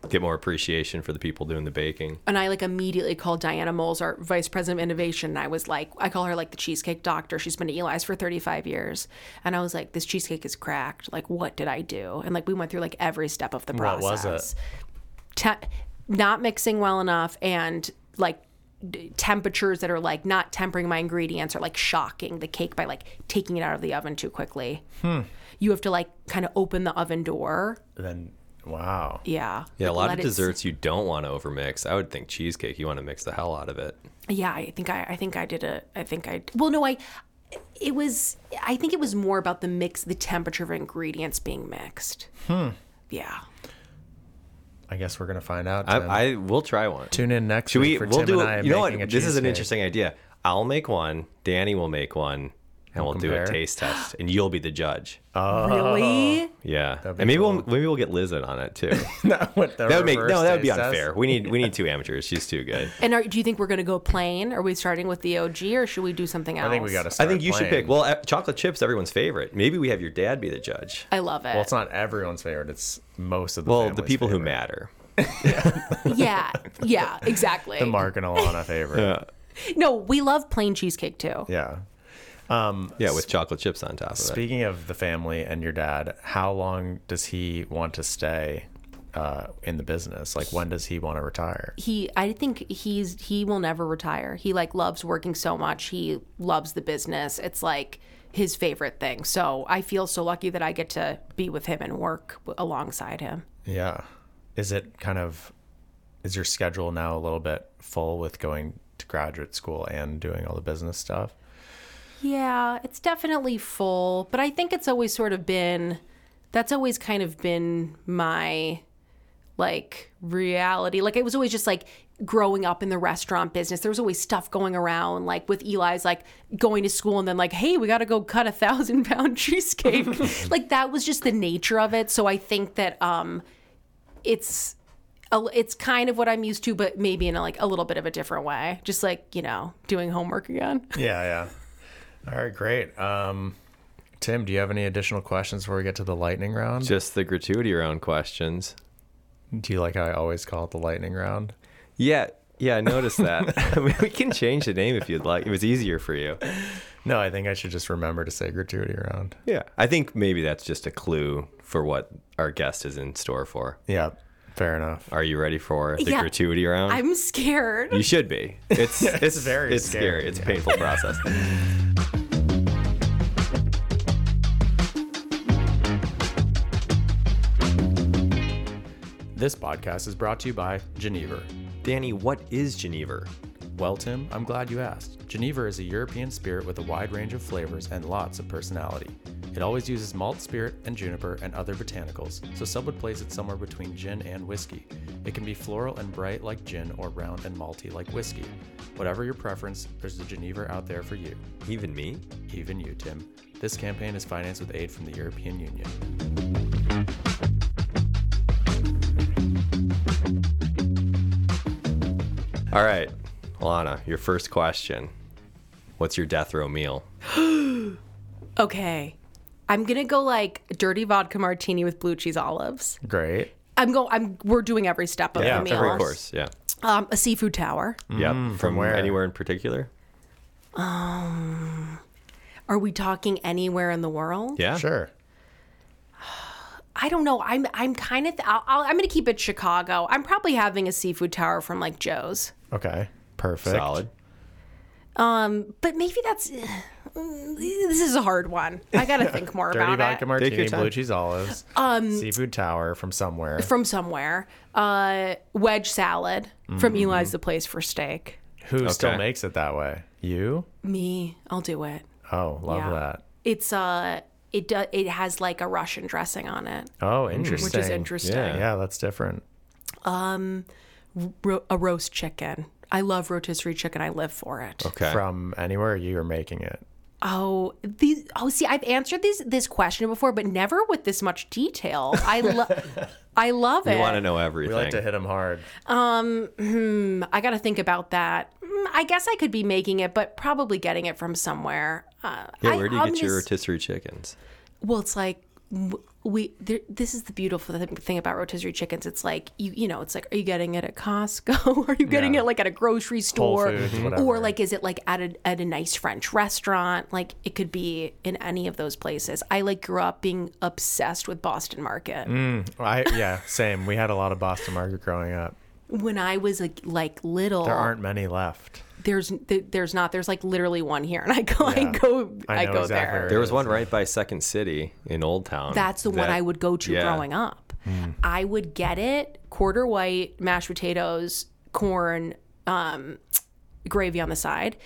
Speaker 1: get more appreciation for the people doing the baking.
Speaker 3: and I like immediately called Diana Moles, our vice president of innovation. And I was like, I call her like the cheesecake doctor. She's been at Eli's for 35 years. And I was like, this cheesecake is cracked. Like, what did I do? And like, we went through like every step of the
Speaker 2: What was
Speaker 3: process.
Speaker 2: it?
Speaker 3: te- not mixing well enough and like d- temperatures that are like not tempering my ingredients or like shocking the cake by like taking it out of the oven too quickly.
Speaker 1: Hmm.
Speaker 3: You have to like kind of open the oven door.
Speaker 2: Then, wow.
Speaker 3: Yeah.
Speaker 1: Yeah, a
Speaker 3: Like,
Speaker 1: lot of
Speaker 3: let it s-
Speaker 1: desserts you don't want to overmix. I would think cheesecake, you want to mix the hell out of it.
Speaker 3: Yeah, I think I, I think I did a. I think I. Well, no, I. It was. I think it was more about the mix, the temperature of ingredients being mixed. Hmm. Yeah.
Speaker 2: I guess we're gonna find out. Tim.
Speaker 1: I, I will try one.
Speaker 2: tune in next
Speaker 1: Should we?
Speaker 2: week for
Speaker 1: we'll
Speaker 2: Tim
Speaker 1: do.
Speaker 2: and I
Speaker 1: you know what?
Speaker 2: making a
Speaker 1: This is an
Speaker 2: cheesecake. [laughs]
Speaker 1: interesting idea. I'll make one. Danny will make one, and we'll, do
Speaker 2: compare. Oh,
Speaker 1: a
Speaker 2: [gasps]
Speaker 1: taste test, and you'll be the judge.
Speaker 3: Really?
Speaker 1: yeah,
Speaker 2: that'd
Speaker 1: and
Speaker 2: be
Speaker 1: maybe we'll
Speaker 2: cool.
Speaker 1: maybe we'll get Liz in on it
Speaker 2: [laughs]
Speaker 1: too.
Speaker 2: that would
Speaker 1: that would make no. That would be unfair. We need
Speaker 2: [laughs]
Speaker 1: we need two amateurs. She's too good.
Speaker 3: And are, do you think we're going to go plain? Are we starting with the OG, or should we do something else?
Speaker 2: I think we got to.
Speaker 1: I think you should pick. Well, uh, chocolate chips, everyone's favorite. Maybe we have your dad be the judge.
Speaker 3: I love it.
Speaker 2: well, it's not everyone's favorite. It's most of the.
Speaker 1: Well, the
Speaker 2: family's
Speaker 1: people who
Speaker 2: favorite.
Speaker 1: matter.
Speaker 3: yeah,
Speaker 2: [laughs]
Speaker 3: yeah, exactly.
Speaker 2: The Mark and Alana
Speaker 1: [laughs]
Speaker 2: favorite. yeah.
Speaker 3: No, we love plain cheesecake too.
Speaker 1: Yeah, with chocolate chips on top of it.
Speaker 2: Speaking of the family and your dad, how long does he want to stay uh, in the business? Like, when does he want to retire?
Speaker 3: He, I think he's he will never retire. He like loves working so much. He loves the business. It's like his favorite thing. So I feel so lucky that I get to be with him and work w- alongside him.
Speaker 2: Yeah. Is it kind of? Is your schedule now a little bit full with going to graduate school and doing all the business stuff?
Speaker 3: Yeah, it's definitely full, but I think it's always sort of been that's always kind of been my like reality. Like it was always just like growing up in the restaurant business. There was always stuff going around, like with Eli's like going to school and then like, hey, we gotta go cut a thousand pound [laughs] cheesecake. like that was just the nature of it. So I think that um it's a- it's kind of what I'm used to, but maybe in a, like a little bit of a different way. Just like you know, doing homework again.
Speaker 2: Yeah, yeah. All right, great. Um, Tim, do you have any additional questions before we get to the lightning round?
Speaker 1: Just the gratuity round questions.
Speaker 2: Do you like how I always call it the lightning round?
Speaker 1: Yeah, yeah, I noticed that. [laughs] we can change the name if you'd like. It was easier for you.
Speaker 2: No, I think I should just remember to say gratuity round.
Speaker 1: Yeah. I think maybe that's just a clue for what our guest is in store for.
Speaker 2: Yeah, fair enough.
Speaker 1: Are you ready for the
Speaker 3: Yeah.
Speaker 1: gratuity round?
Speaker 3: I'm scared.
Speaker 1: You should be.
Speaker 2: [laughs]
Speaker 1: It's it's
Speaker 2: very
Speaker 1: it's
Speaker 2: scary,
Speaker 1: scary. It's a painful
Speaker 2: [laughs]
Speaker 1: process.
Speaker 2: This podcast is brought to you by Geneva.
Speaker 1: Danny, what is Geneva?
Speaker 2: Well, Tim, I'm glad you asked. Geneva is a European spirit with a wide range of flavors and lots of personality. It always uses malt spirit and juniper and other botanicals, so some would place it somewhere between gin and whiskey. It can be floral and bright like gin or round and malty like whiskey. Whatever your preference, there's a Geneva out there for you,
Speaker 1: Even me?
Speaker 2: even you, Tim. This campaign is financed with aid from the European Union.
Speaker 1: All right, Alana, your first question. What's your death row meal?
Speaker 3: Okay. I'm gonna go like dirty vodka martini with blue cheese olives.
Speaker 2: Great.
Speaker 3: I'm go. I'm. We're doing every step of
Speaker 2: Yeah,
Speaker 3: the
Speaker 2: of Mm-hmm,
Speaker 3: meal.
Speaker 1: Every course, yeah.
Speaker 3: Um, a seafood tower.
Speaker 1: Yep. From,
Speaker 2: where?
Speaker 1: anywhere in particular?
Speaker 3: Are we talking anywhere in the world?
Speaker 1: Yeah.
Speaker 2: Sure.
Speaker 3: I don't know. I'm. I'm kind of. Th- I'll, I'll, I'm gonna keep it Chicago. I'm probably having a seafood tower from like Joe's.
Speaker 2: Okay. Perfect.
Speaker 1: Solid.
Speaker 3: Um, but maybe that's. [sighs] This is a hard one. I gotta think
Speaker 2: [laughs]
Speaker 3: more
Speaker 2: Dirty
Speaker 3: about it.
Speaker 2: vodka martini,
Speaker 1: your time.
Speaker 2: blue cheese olives, um, seafood tower from somewhere.
Speaker 3: from somewhere. Uh, wedge salad from
Speaker 2: Mm-hmm.
Speaker 3: Eli's the place for steak.
Speaker 2: Who still
Speaker 1: Okay.
Speaker 2: makes it that way? You?
Speaker 3: Me, I'll do it.
Speaker 2: Oh, love
Speaker 3: Yeah.
Speaker 2: that.
Speaker 3: It's uh it do, it has like a Russian dressing on it,
Speaker 2: Oh, interesting.
Speaker 3: which is interesting.
Speaker 1: Yeah.
Speaker 2: Yeah, that's different.
Speaker 3: Ro- a roast chicken I love rotisserie chicken. I live for it.
Speaker 1: Okay.
Speaker 2: from anywhere you are making it.
Speaker 3: Oh, these. Oh, see, I've answered these this question before, but never with this much detail.
Speaker 1: [laughs]
Speaker 3: I love. I love it.
Speaker 1: you want to know
Speaker 2: We
Speaker 1: everything.
Speaker 2: like to hit them hard.
Speaker 3: I got to think about that. Mm, I guess I could be making it, but probably getting it from somewhere. Uh,
Speaker 1: yeah,
Speaker 3: I-
Speaker 1: where do you
Speaker 3: I'm
Speaker 1: get your
Speaker 3: just-
Speaker 1: rotisserie chickens?
Speaker 3: Well, it's like w- we. There, this is the beautiful thi- thing about rotisserie chickens. It's like you, you know, it's like are you getting it at Costco? [laughs] are you getting
Speaker 2: Yeah.
Speaker 3: it like at a grocery store,
Speaker 2: Foods,
Speaker 3: or
Speaker 2: whatever.
Speaker 3: like is it like at a at a nice French restaurant? Like it could be in any of those places. I like grew up being obsessed with Boston Market.
Speaker 2: Mm. I yeah, same. We had a lot of Boston Market growing up.
Speaker 3: When I was like like little,
Speaker 2: There aren't many left.
Speaker 3: there's th- there's not there's like literally one here, and I go I
Speaker 2: Yeah.
Speaker 3: go
Speaker 2: I
Speaker 3: I,
Speaker 2: know
Speaker 3: go
Speaker 2: exactly
Speaker 3: there.
Speaker 2: where
Speaker 1: There was one right by Second City in Old Town.
Speaker 3: That's the one
Speaker 1: that-
Speaker 3: I would go to
Speaker 1: yeah. Hmm.
Speaker 3: growing up. I would get it quarter white, mashed potatoes, corn, um, gravy on the side.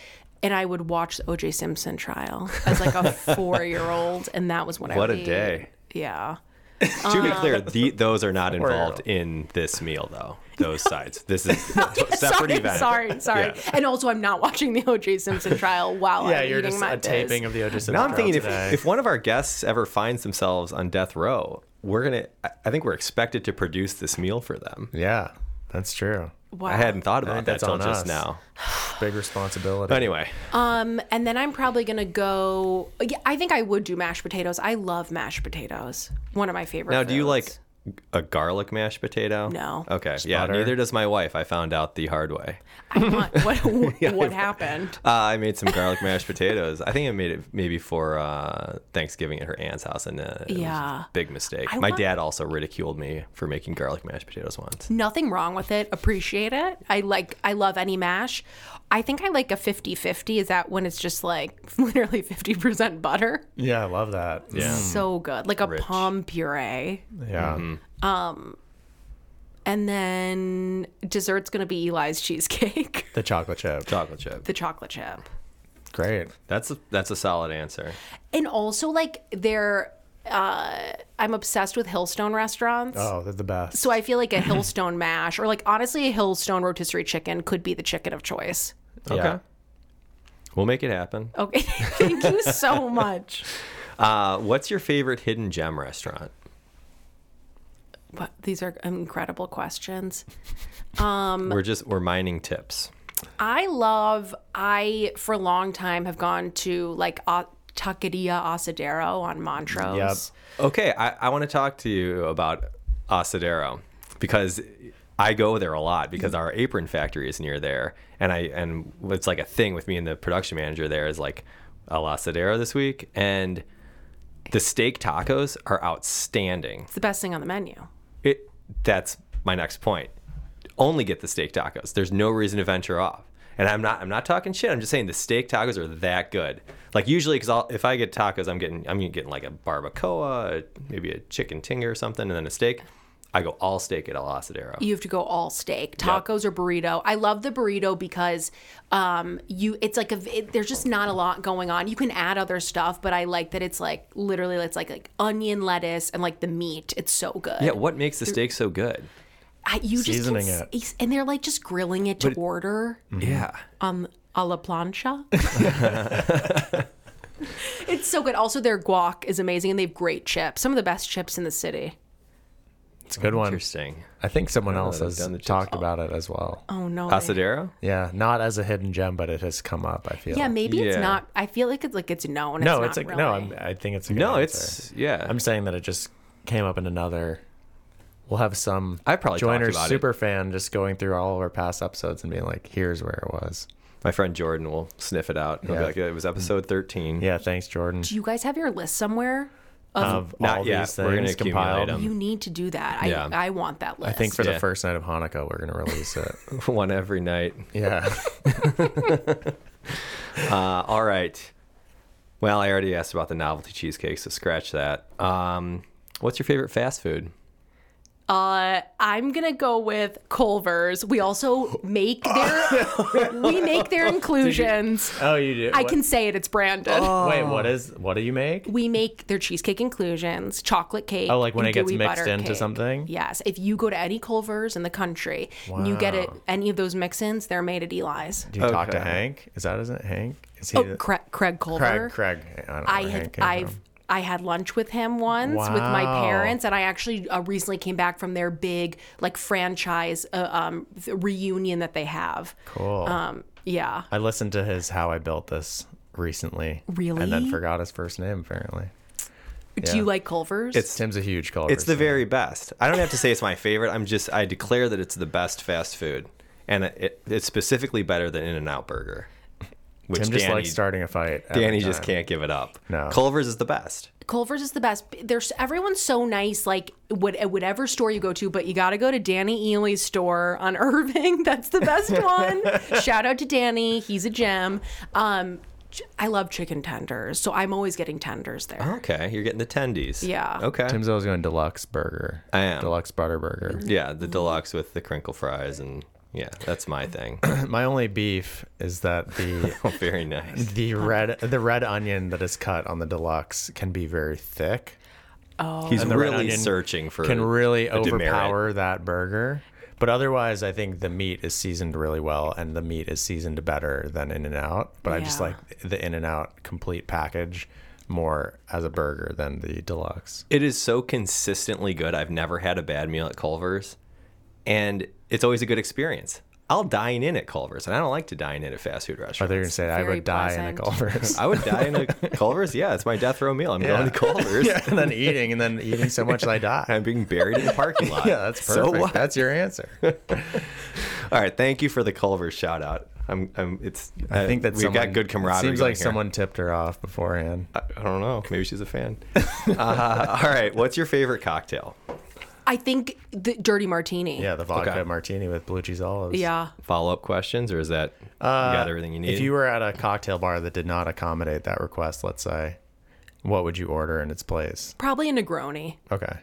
Speaker 3: And I would watch the OJ Simpson trial as
Speaker 1: [laughs]
Speaker 3: like a four year old. And that was when I
Speaker 1: What a
Speaker 3: ate.
Speaker 1: day. [laughs]
Speaker 3: Yeah.
Speaker 1: To be clear,
Speaker 3: [laughs]
Speaker 1: the, those are not involved
Speaker 2: Four-year-old.
Speaker 1: in this meal, though. Those sides. This is
Speaker 3: [laughs]
Speaker 1: a separate
Speaker 3: sorry,
Speaker 1: event.
Speaker 3: sorry, sorry. And also, I'm not watching the OJ Simpson trial while
Speaker 2: Yeah,
Speaker 3: I'm
Speaker 2: you're
Speaker 3: eating
Speaker 2: just
Speaker 3: my
Speaker 2: a
Speaker 3: biz.
Speaker 2: taping of the Otis.
Speaker 1: Now I'm
Speaker 2: Trial
Speaker 1: thinking if,
Speaker 2: today.
Speaker 1: if one of our guests ever finds themselves on death row, we're gonna. I- I think we're expected to produce this meal for them.
Speaker 2: yeah, that's true.
Speaker 3: Wow.
Speaker 1: I hadn't thought about
Speaker 2: think
Speaker 1: that
Speaker 2: that's
Speaker 1: till
Speaker 2: on
Speaker 1: just
Speaker 2: us.
Speaker 1: now.
Speaker 2: Big responsibility.
Speaker 1: Anyway,
Speaker 3: Um, and then I'm probably gonna go. Yeah, I think I would do mashed potatoes. I love mashed potatoes. One of my favorite.
Speaker 1: now do you like
Speaker 3: foods.
Speaker 1: a garlic mashed potato?
Speaker 3: No.
Speaker 1: Okay. yeah.
Speaker 2: butter?
Speaker 1: Neither does my wife. I found out the hard way.
Speaker 3: I want, what what, what happened?
Speaker 1: Uh, I made some garlic mashed potatoes. I think I made it maybe for uh, Thanksgiving at her aunt's house, and uh, it was a
Speaker 3: Yeah.
Speaker 1: big mistake.
Speaker 3: I
Speaker 1: my
Speaker 3: want-
Speaker 1: dad also ridiculed me for making garlic mashed potatoes once.
Speaker 3: Nothing wrong with it. Appreciate it. I like. I love any mash. I think I like a 50-50. Is that when it's just like [laughs] literally fifty percent butter?
Speaker 2: Yeah, I love that. Yeah,
Speaker 3: So good, like a palm puree.
Speaker 2: yeah.
Speaker 3: And then dessert's gonna be Eli's cheesecake, [laughs]
Speaker 2: The chocolate chip.
Speaker 1: Chocolate chip.
Speaker 3: the chocolate chip.
Speaker 2: Great.
Speaker 1: That's a, that's a solid answer.
Speaker 3: and also like they're uh i'm obsessed with hillstone restaurants
Speaker 2: Oh, they're the best.
Speaker 3: so i feel like a hillstone mash or like honestly a hillstone rotisserie chicken could be the chicken of choice
Speaker 1: Okay.
Speaker 2: Yeah.
Speaker 1: We'll make it happen.
Speaker 3: okay [laughs] thank you so much
Speaker 1: Uh, what's your favorite hidden gem restaurant?
Speaker 3: but these are incredible questions Um,
Speaker 1: we're just we're mining tips.
Speaker 3: i love i for a long time have gone to like uh, taqueria asadero on montrose
Speaker 2: Yep.
Speaker 1: Okay, I, I want to talk to you about Asadero because I go there a lot because our apron factory is near there, and I and it's like a thing with me and the production manager there is like El Asadero this week, and the steak tacos are outstanding.
Speaker 3: it's the best thing on the menu
Speaker 1: It that's my next point. Only get the steak tacos. There's no reason to venture off. And I'm not I'm not talking shit. I'm just saying the steak tacos are that good. Like usually cuz if I get tacos, I'm getting I'm getting like a barbacoa, maybe a chicken tinga or something and then a steak. I go all steak at El Asadero.
Speaker 3: you have to go all steak tacos or burrito i love the burrito because um you it's like a it, there's just not a lot going on you can add other stuff but i like that it's like literally it's like like onion lettuce and like the meat it's so good
Speaker 1: Yeah, what makes the steak so good?
Speaker 3: I, you just
Speaker 2: Seasoning
Speaker 3: can't s- and they're like just grilling it to order
Speaker 2: Mm-hmm.
Speaker 1: Yeah.
Speaker 3: um a
Speaker 2: [laughs]
Speaker 3: la plancha it's so good also their guac is amazing and they have great chips some of the best chips in the city
Speaker 2: It's a good one.
Speaker 1: Interesting.
Speaker 2: I think someone else
Speaker 1: that I've
Speaker 2: has
Speaker 1: done the chips.
Speaker 2: talked about it as well.
Speaker 3: oh no way.
Speaker 1: Asadero?
Speaker 2: Yeah, not as a hidden gem, but it has come up. I feel.
Speaker 3: yeah maybe it's
Speaker 1: Yeah.
Speaker 3: not i feel like it's like it's known
Speaker 2: No,
Speaker 3: it's,
Speaker 2: it's,
Speaker 3: not
Speaker 2: like no.
Speaker 3: really.
Speaker 2: I'm, I think it's a good
Speaker 1: No,
Speaker 2: answer.
Speaker 1: it's yeah.
Speaker 2: I'm saying that it just came up in another. We'll have some.
Speaker 1: I probably talked
Speaker 2: Joiner
Speaker 1: about it.
Speaker 2: super fan just going through all of our past episodes and being like, "Here's where it was."
Speaker 1: my friend Jordan will sniff it out. He'll
Speaker 2: Yeah. Mm-hmm.
Speaker 1: be like it was episode 13.
Speaker 2: Yeah, thanks, Jordan.
Speaker 3: Do you guys have your list somewhere?
Speaker 2: Of
Speaker 1: Not
Speaker 2: all
Speaker 1: yet.
Speaker 2: these
Speaker 1: We're gonna
Speaker 2: things
Speaker 1: accumulate
Speaker 2: compiled,
Speaker 1: them.
Speaker 3: You need to do that. I,
Speaker 1: Yeah.
Speaker 3: I want that
Speaker 2: I
Speaker 3: list.
Speaker 2: think for
Speaker 1: Yeah.
Speaker 2: the first night of Hanukkah, we're gonna release
Speaker 1: [laughs] [laughs]
Speaker 2: it.
Speaker 1: One every night.
Speaker 2: yeah.
Speaker 1: Uh, all right. Well, I already asked about the novelty cheesecake, so scratch that. Um, what's your favorite fast food?
Speaker 3: Uh, I'm gonna go with Culver's. We also make
Speaker 2: [laughs]
Speaker 3: their we make their inclusions.
Speaker 2: Oh, you [laughs] do.
Speaker 3: I
Speaker 2: What- Oh,
Speaker 3: can say it. It's branded.
Speaker 2: Wait, what
Speaker 1: Oh.
Speaker 2: is? What do you make?
Speaker 3: We make their cheesecake inclusions, chocolate cake.
Speaker 2: Oh, like when
Speaker 3: and
Speaker 2: it gets
Speaker 3: gooey
Speaker 2: mixed
Speaker 3: butter
Speaker 2: into
Speaker 3: cake.
Speaker 2: something?
Speaker 3: Yes. If you go to any Culver's in the country and you get it,
Speaker 2: Wow.
Speaker 3: any of those mix-ins, they're made at Eli's.
Speaker 2: Do you talk to
Speaker 1: Okay.
Speaker 2: Hank? Is that isn't Hank? Is he
Speaker 3: Oh,
Speaker 2: the-
Speaker 3: Cra- Craig Culver.
Speaker 2: Craig? Craig. I don't know
Speaker 3: I
Speaker 2: where
Speaker 3: had
Speaker 2: Hank came
Speaker 3: I've
Speaker 2: from.
Speaker 3: I had lunch with him once with my
Speaker 2: Wow.
Speaker 3: parents, and I actually uh, recently came back from their big like franchise uh, um, th- reunion that they have.
Speaker 2: Cool.
Speaker 3: Um, yeah,
Speaker 2: I listened to his "How I Built This" recently. And
Speaker 3: Really?
Speaker 2: then forgot his first name. Apparently, Yeah.
Speaker 3: do you like Culver's?
Speaker 2: Tim's a huge Culver's.
Speaker 1: It's the
Speaker 2: fan.
Speaker 1: very best. I don't have to say it's my favorite. I'm just I declare that it's the best fast food, and it, it, it's specifically better than In-N-Out Burger, which
Speaker 2: Tim
Speaker 1: Danny,
Speaker 2: just likes starting a fight. every
Speaker 1: Danny just
Speaker 2: time.
Speaker 1: can't give it up.
Speaker 2: No.
Speaker 1: Culver's is the best.
Speaker 3: Culver's is the best. There's everyone's so nice. Like what, at whatever store you go to, but you got to go to Danny Ely's store on [laughs] Irving. That's
Speaker 2: [laughs]
Speaker 3: the best one. Shout out to Danny. He's a gem. Um, ch- I love chicken tenders, so I'm always getting tenders
Speaker 2: Uh-huh.
Speaker 3: there.
Speaker 1: Okay, you're getting the tendies.
Speaker 3: Yeah.
Speaker 1: Okay.
Speaker 2: Tim's always going deluxe burger.
Speaker 1: I am.
Speaker 2: deluxe butter burger.
Speaker 1: Yeah, the deluxe with the crinkle fries and yeah, that's my
Speaker 2: [coughs]
Speaker 1: thing.
Speaker 2: [laughs] My only beef is that
Speaker 3: [laughs]
Speaker 2: the
Speaker 1: Very nice.
Speaker 2: the red the red onion that is cut on the deluxe can be very thick.
Speaker 1: He's
Speaker 2: And the red
Speaker 1: really
Speaker 2: onion
Speaker 1: searching for
Speaker 2: Can really
Speaker 1: a demerit.
Speaker 2: overpower that burger. But otherwise, I think the meat is seasoned really well, and the meat is seasoned better than In and Out. But I just
Speaker 3: Yeah.
Speaker 2: like the In and Out complete package more as a burger than the deluxe.
Speaker 1: It is so consistently good. I've never had a bad meal at Culver's, and it's always a good experience. I'll dine in at Culver's, and I don't like to dine in at fast food
Speaker 2: Are
Speaker 1: restaurants.
Speaker 2: they going to say I
Speaker 3: very
Speaker 2: would die in a
Speaker 3: pleasant. [laughs]
Speaker 2: Culver's?
Speaker 1: I
Speaker 2: [laughs]
Speaker 1: would dine in at Culver's. Yeah, it's my death row meal. I'm going to Culver's.
Speaker 2: [laughs] and then eating, and then eating so much that I die.
Speaker 1: I'm being buried in the parking lot.
Speaker 2: [laughs] Yeah, that's
Speaker 1: So
Speaker 2: perfect.
Speaker 1: what?
Speaker 2: That's your answer.
Speaker 1: All right, thank you for the Culver's shout out. I'm, I'm, it's. uh,
Speaker 2: I think that
Speaker 1: we've got good camaraderie.
Speaker 2: Seems
Speaker 1: going
Speaker 2: like
Speaker 1: here.
Speaker 2: someone tipped her off beforehand.
Speaker 1: I, I don't know. Maybe she's a
Speaker 2: [laughs]
Speaker 1: fan. uh, all right, what's your favorite cocktail?
Speaker 3: I think the dirty martini.
Speaker 2: Yeah, the vodka
Speaker 1: Okay.
Speaker 2: martini with blue cheese olives.
Speaker 3: Yeah.
Speaker 1: Follow up questions, or is that you got everything you need?
Speaker 2: Uh, If you were at a cocktail bar that did not accommodate that request, let's say, what would you order in its place?
Speaker 3: Probably a Negroni.
Speaker 2: Okay.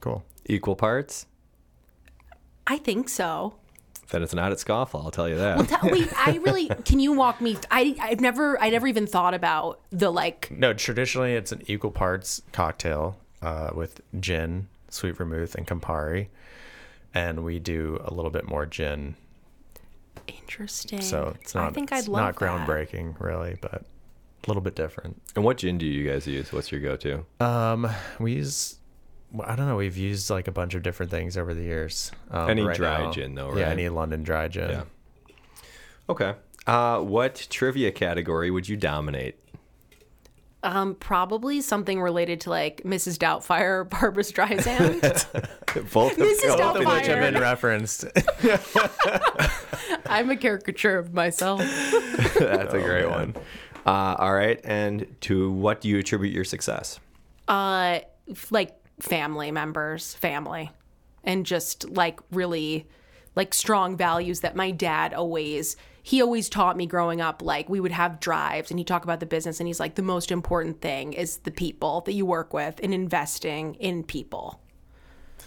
Speaker 2: Cool.
Speaker 1: equal parts,
Speaker 3: I
Speaker 2: [laughs]
Speaker 3: think so.
Speaker 1: then it's not at Scofflaw. I'll tell you that.
Speaker 3: Ta- Wait, I really can you walk me? I I've never I never even thought about the like.
Speaker 2: No, traditionally it's an equal parts cocktail uh, with gin, sweet vermouth, and Campari. And we do a little bit more gin.
Speaker 3: Interesting.
Speaker 2: So it's not,
Speaker 3: I think
Speaker 2: it's
Speaker 3: I'd love
Speaker 2: not groundbreaking, really, but a little bit different.
Speaker 1: and what gin do you guys use? What's your go-to?
Speaker 2: Um, we use. well, I don't know. We've used like a bunch of different things over the years. Um,
Speaker 1: Any dry gin, though,
Speaker 2: Yeah,
Speaker 1: right?
Speaker 2: any London dry gin.
Speaker 1: Yeah. Okay. Uh, what trivia category would you dominate?
Speaker 3: That. Um, probably something related to like Mrs. Doubtfire, or [laughs] Barbara Streisand.
Speaker 1: Both of
Speaker 3: Mrs.
Speaker 2: Both of which have
Speaker 1: [laughs]
Speaker 3: Doubtfire.
Speaker 2: been referenced.
Speaker 3: I'm a caricature of myself.
Speaker 1: That's a
Speaker 2: Oh,
Speaker 1: great one. Uh, all right. And to what do you attribute your success?
Speaker 3: Uh, f- like family members, family, and just like really like strong values that my dad always he always taught me growing up like we would have drives and he'd talk about the business and he's like the most important thing is the people that you work with and investing in people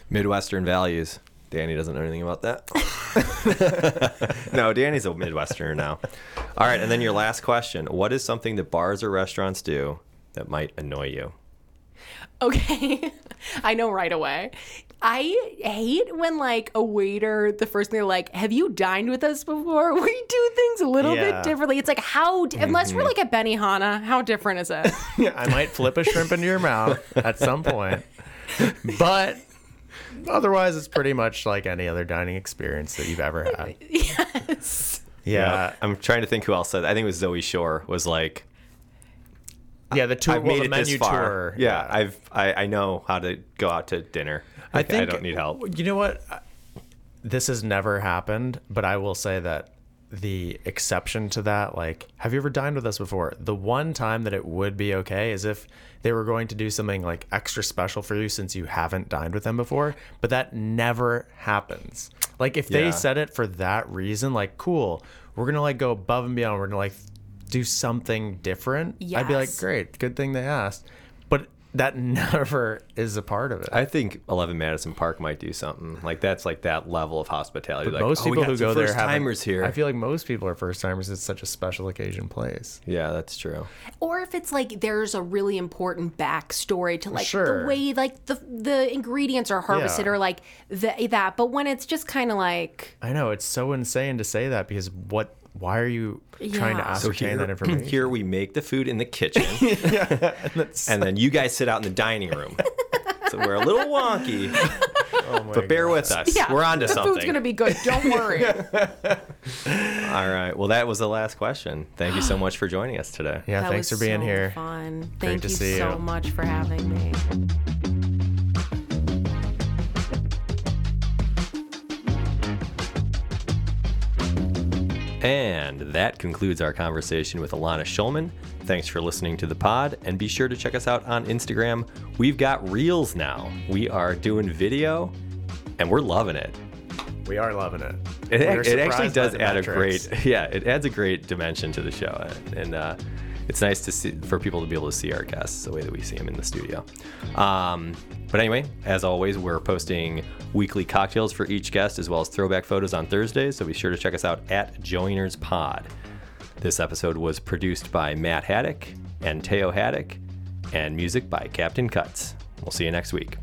Speaker 1: Midwestern values. Danny doesn't know anything about
Speaker 2: [laughs]
Speaker 1: that. no, Danny's a Midwesterner now. All right. And then your last question What is something that bars or restaurants do that might annoy you?
Speaker 3: Okay. [laughs] I know right away. I hate when like a waiter the first thing they're like, "Have you dined with us before?" [laughs] We do things a little
Speaker 2: Yeah.
Speaker 3: bit differently. It's like how di- unless we're like at Benihana, how different is [laughs] it?
Speaker 2: [laughs] I might flip a shrimp into your mouth at some point, but otherwise it's pretty much like any other dining experience that you've ever had. Yes. Yeah.
Speaker 1: I'm trying to think who else said that. I think it was Zoe Shore was like,
Speaker 2: Yeah. The tour,
Speaker 1: I've
Speaker 2: well,
Speaker 1: made
Speaker 2: the
Speaker 1: it
Speaker 2: menu
Speaker 1: this far.
Speaker 2: tour.
Speaker 1: Yeah, I've I, I know how to go out to dinner.
Speaker 2: I
Speaker 1: Like,
Speaker 2: think
Speaker 1: I don't need help.
Speaker 2: You know what? I- This has never happened, but I will say that the exception to that, like, have you ever dined with us before? The one time that it would be okay is if they were going to do something like extra special for you since you haven't dined with them before, but that never happens. Like if they
Speaker 1: Yeah.
Speaker 2: said it for that reason, like, cool, we're gonna like go above and beyond, we're gonna like do something different. I'd be like,
Speaker 3: Yes.
Speaker 2: great, good thing they asked. But that [laughs] never is a part of it.
Speaker 1: I think Eleven Madison Park might do something like that's like that level of hospitality. like
Speaker 2: most
Speaker 1: oh, we
Speaker 2: people
Speaker 1: got
Speaker 2: who
Speaker 1: some
Speaker 2: go there
Speaker 1: first
Speaker 2: haven't-
Speaker 1: timers here.
Speaker 2: I feel like most people are first timers. It's such a special occasion place.
Speaker 1: yeah, that's true.
Speaker 3: or if it's like there's a really important backstory to like
Speaker 2: Sure.
Speaker 3: the way like the the ingredients are harvested
Speaker 2: Yeah.
Speaker 3: or like the, that but when it's just kind of like
Speaker 2: I know it's so insane to say that because what? Why are you trying to
Speaker 3: Yeah. So
Speaker 2: ascertain
Speaker 1: [clears throat]
Speaker 2: that information?
Speaker 1: here we make the food in the [laughs] kitchen, and then you guys sit out in the dining [laughs] room. so we're a little [laughs] wonky,
Speaker 2: Oh
Speaker 1: [laughs]
Speaker 2: my
Speaker 1: but bear
Speaker 2: God.
Speaker 1: with us.
Speaker 3: yeah
Speaker 1: we're on to
Speaker 3: the
Speaker 1: something.
Speaker 3: food's gonna be good don't [laughs] worry
Speaker 1: All right. Well, that was the last question. Thank you [gasps] so much for joining us today.
Speaker 2: Yeah,
Speaker 3: That
Speaker 2: thanks for
Speaker 3: was
Speaker 2: being
Speaker 3: so
Speaker 2: here.
Speaker 3: fun thank
Speaker 2: to
Speaker 3: you
Speaker 2: see
Speaker 3: so
Speaker 2: you.
Speaker 3: much for having me
Speaker 1: And that concludes our conversation with Alana Schulman. Thanks for listening to the pod, and be sure to check us out on Instagram. We've got reels now. We are doing video, and we're loving it.
Speaker 2: We are loving it.
Speaker 1: It,
Speaker 2: We
Speaker 1: ac-
Speaker 2: are
Speaker 1: it actually
Speaker 2: surprised by
Speaker 1: does
Speaker 2: the
Speaker 1: add
Speaker 2: metrics.
Speaker 1: a great, [laughs] yeah, it adds a great dimension to the show, and uh, it's nice to see for people to be able to see our guests the way that we see them in the studio. Um, but anyway, as always, we're posting weekly cocktails for each guest as well as throwback photos on Thursdays. So be sure to check us out at Joiners Pod. This episode was produced by Matt Haddock and Teo Haddock, and music by Captain Cuts. We'll see you next week.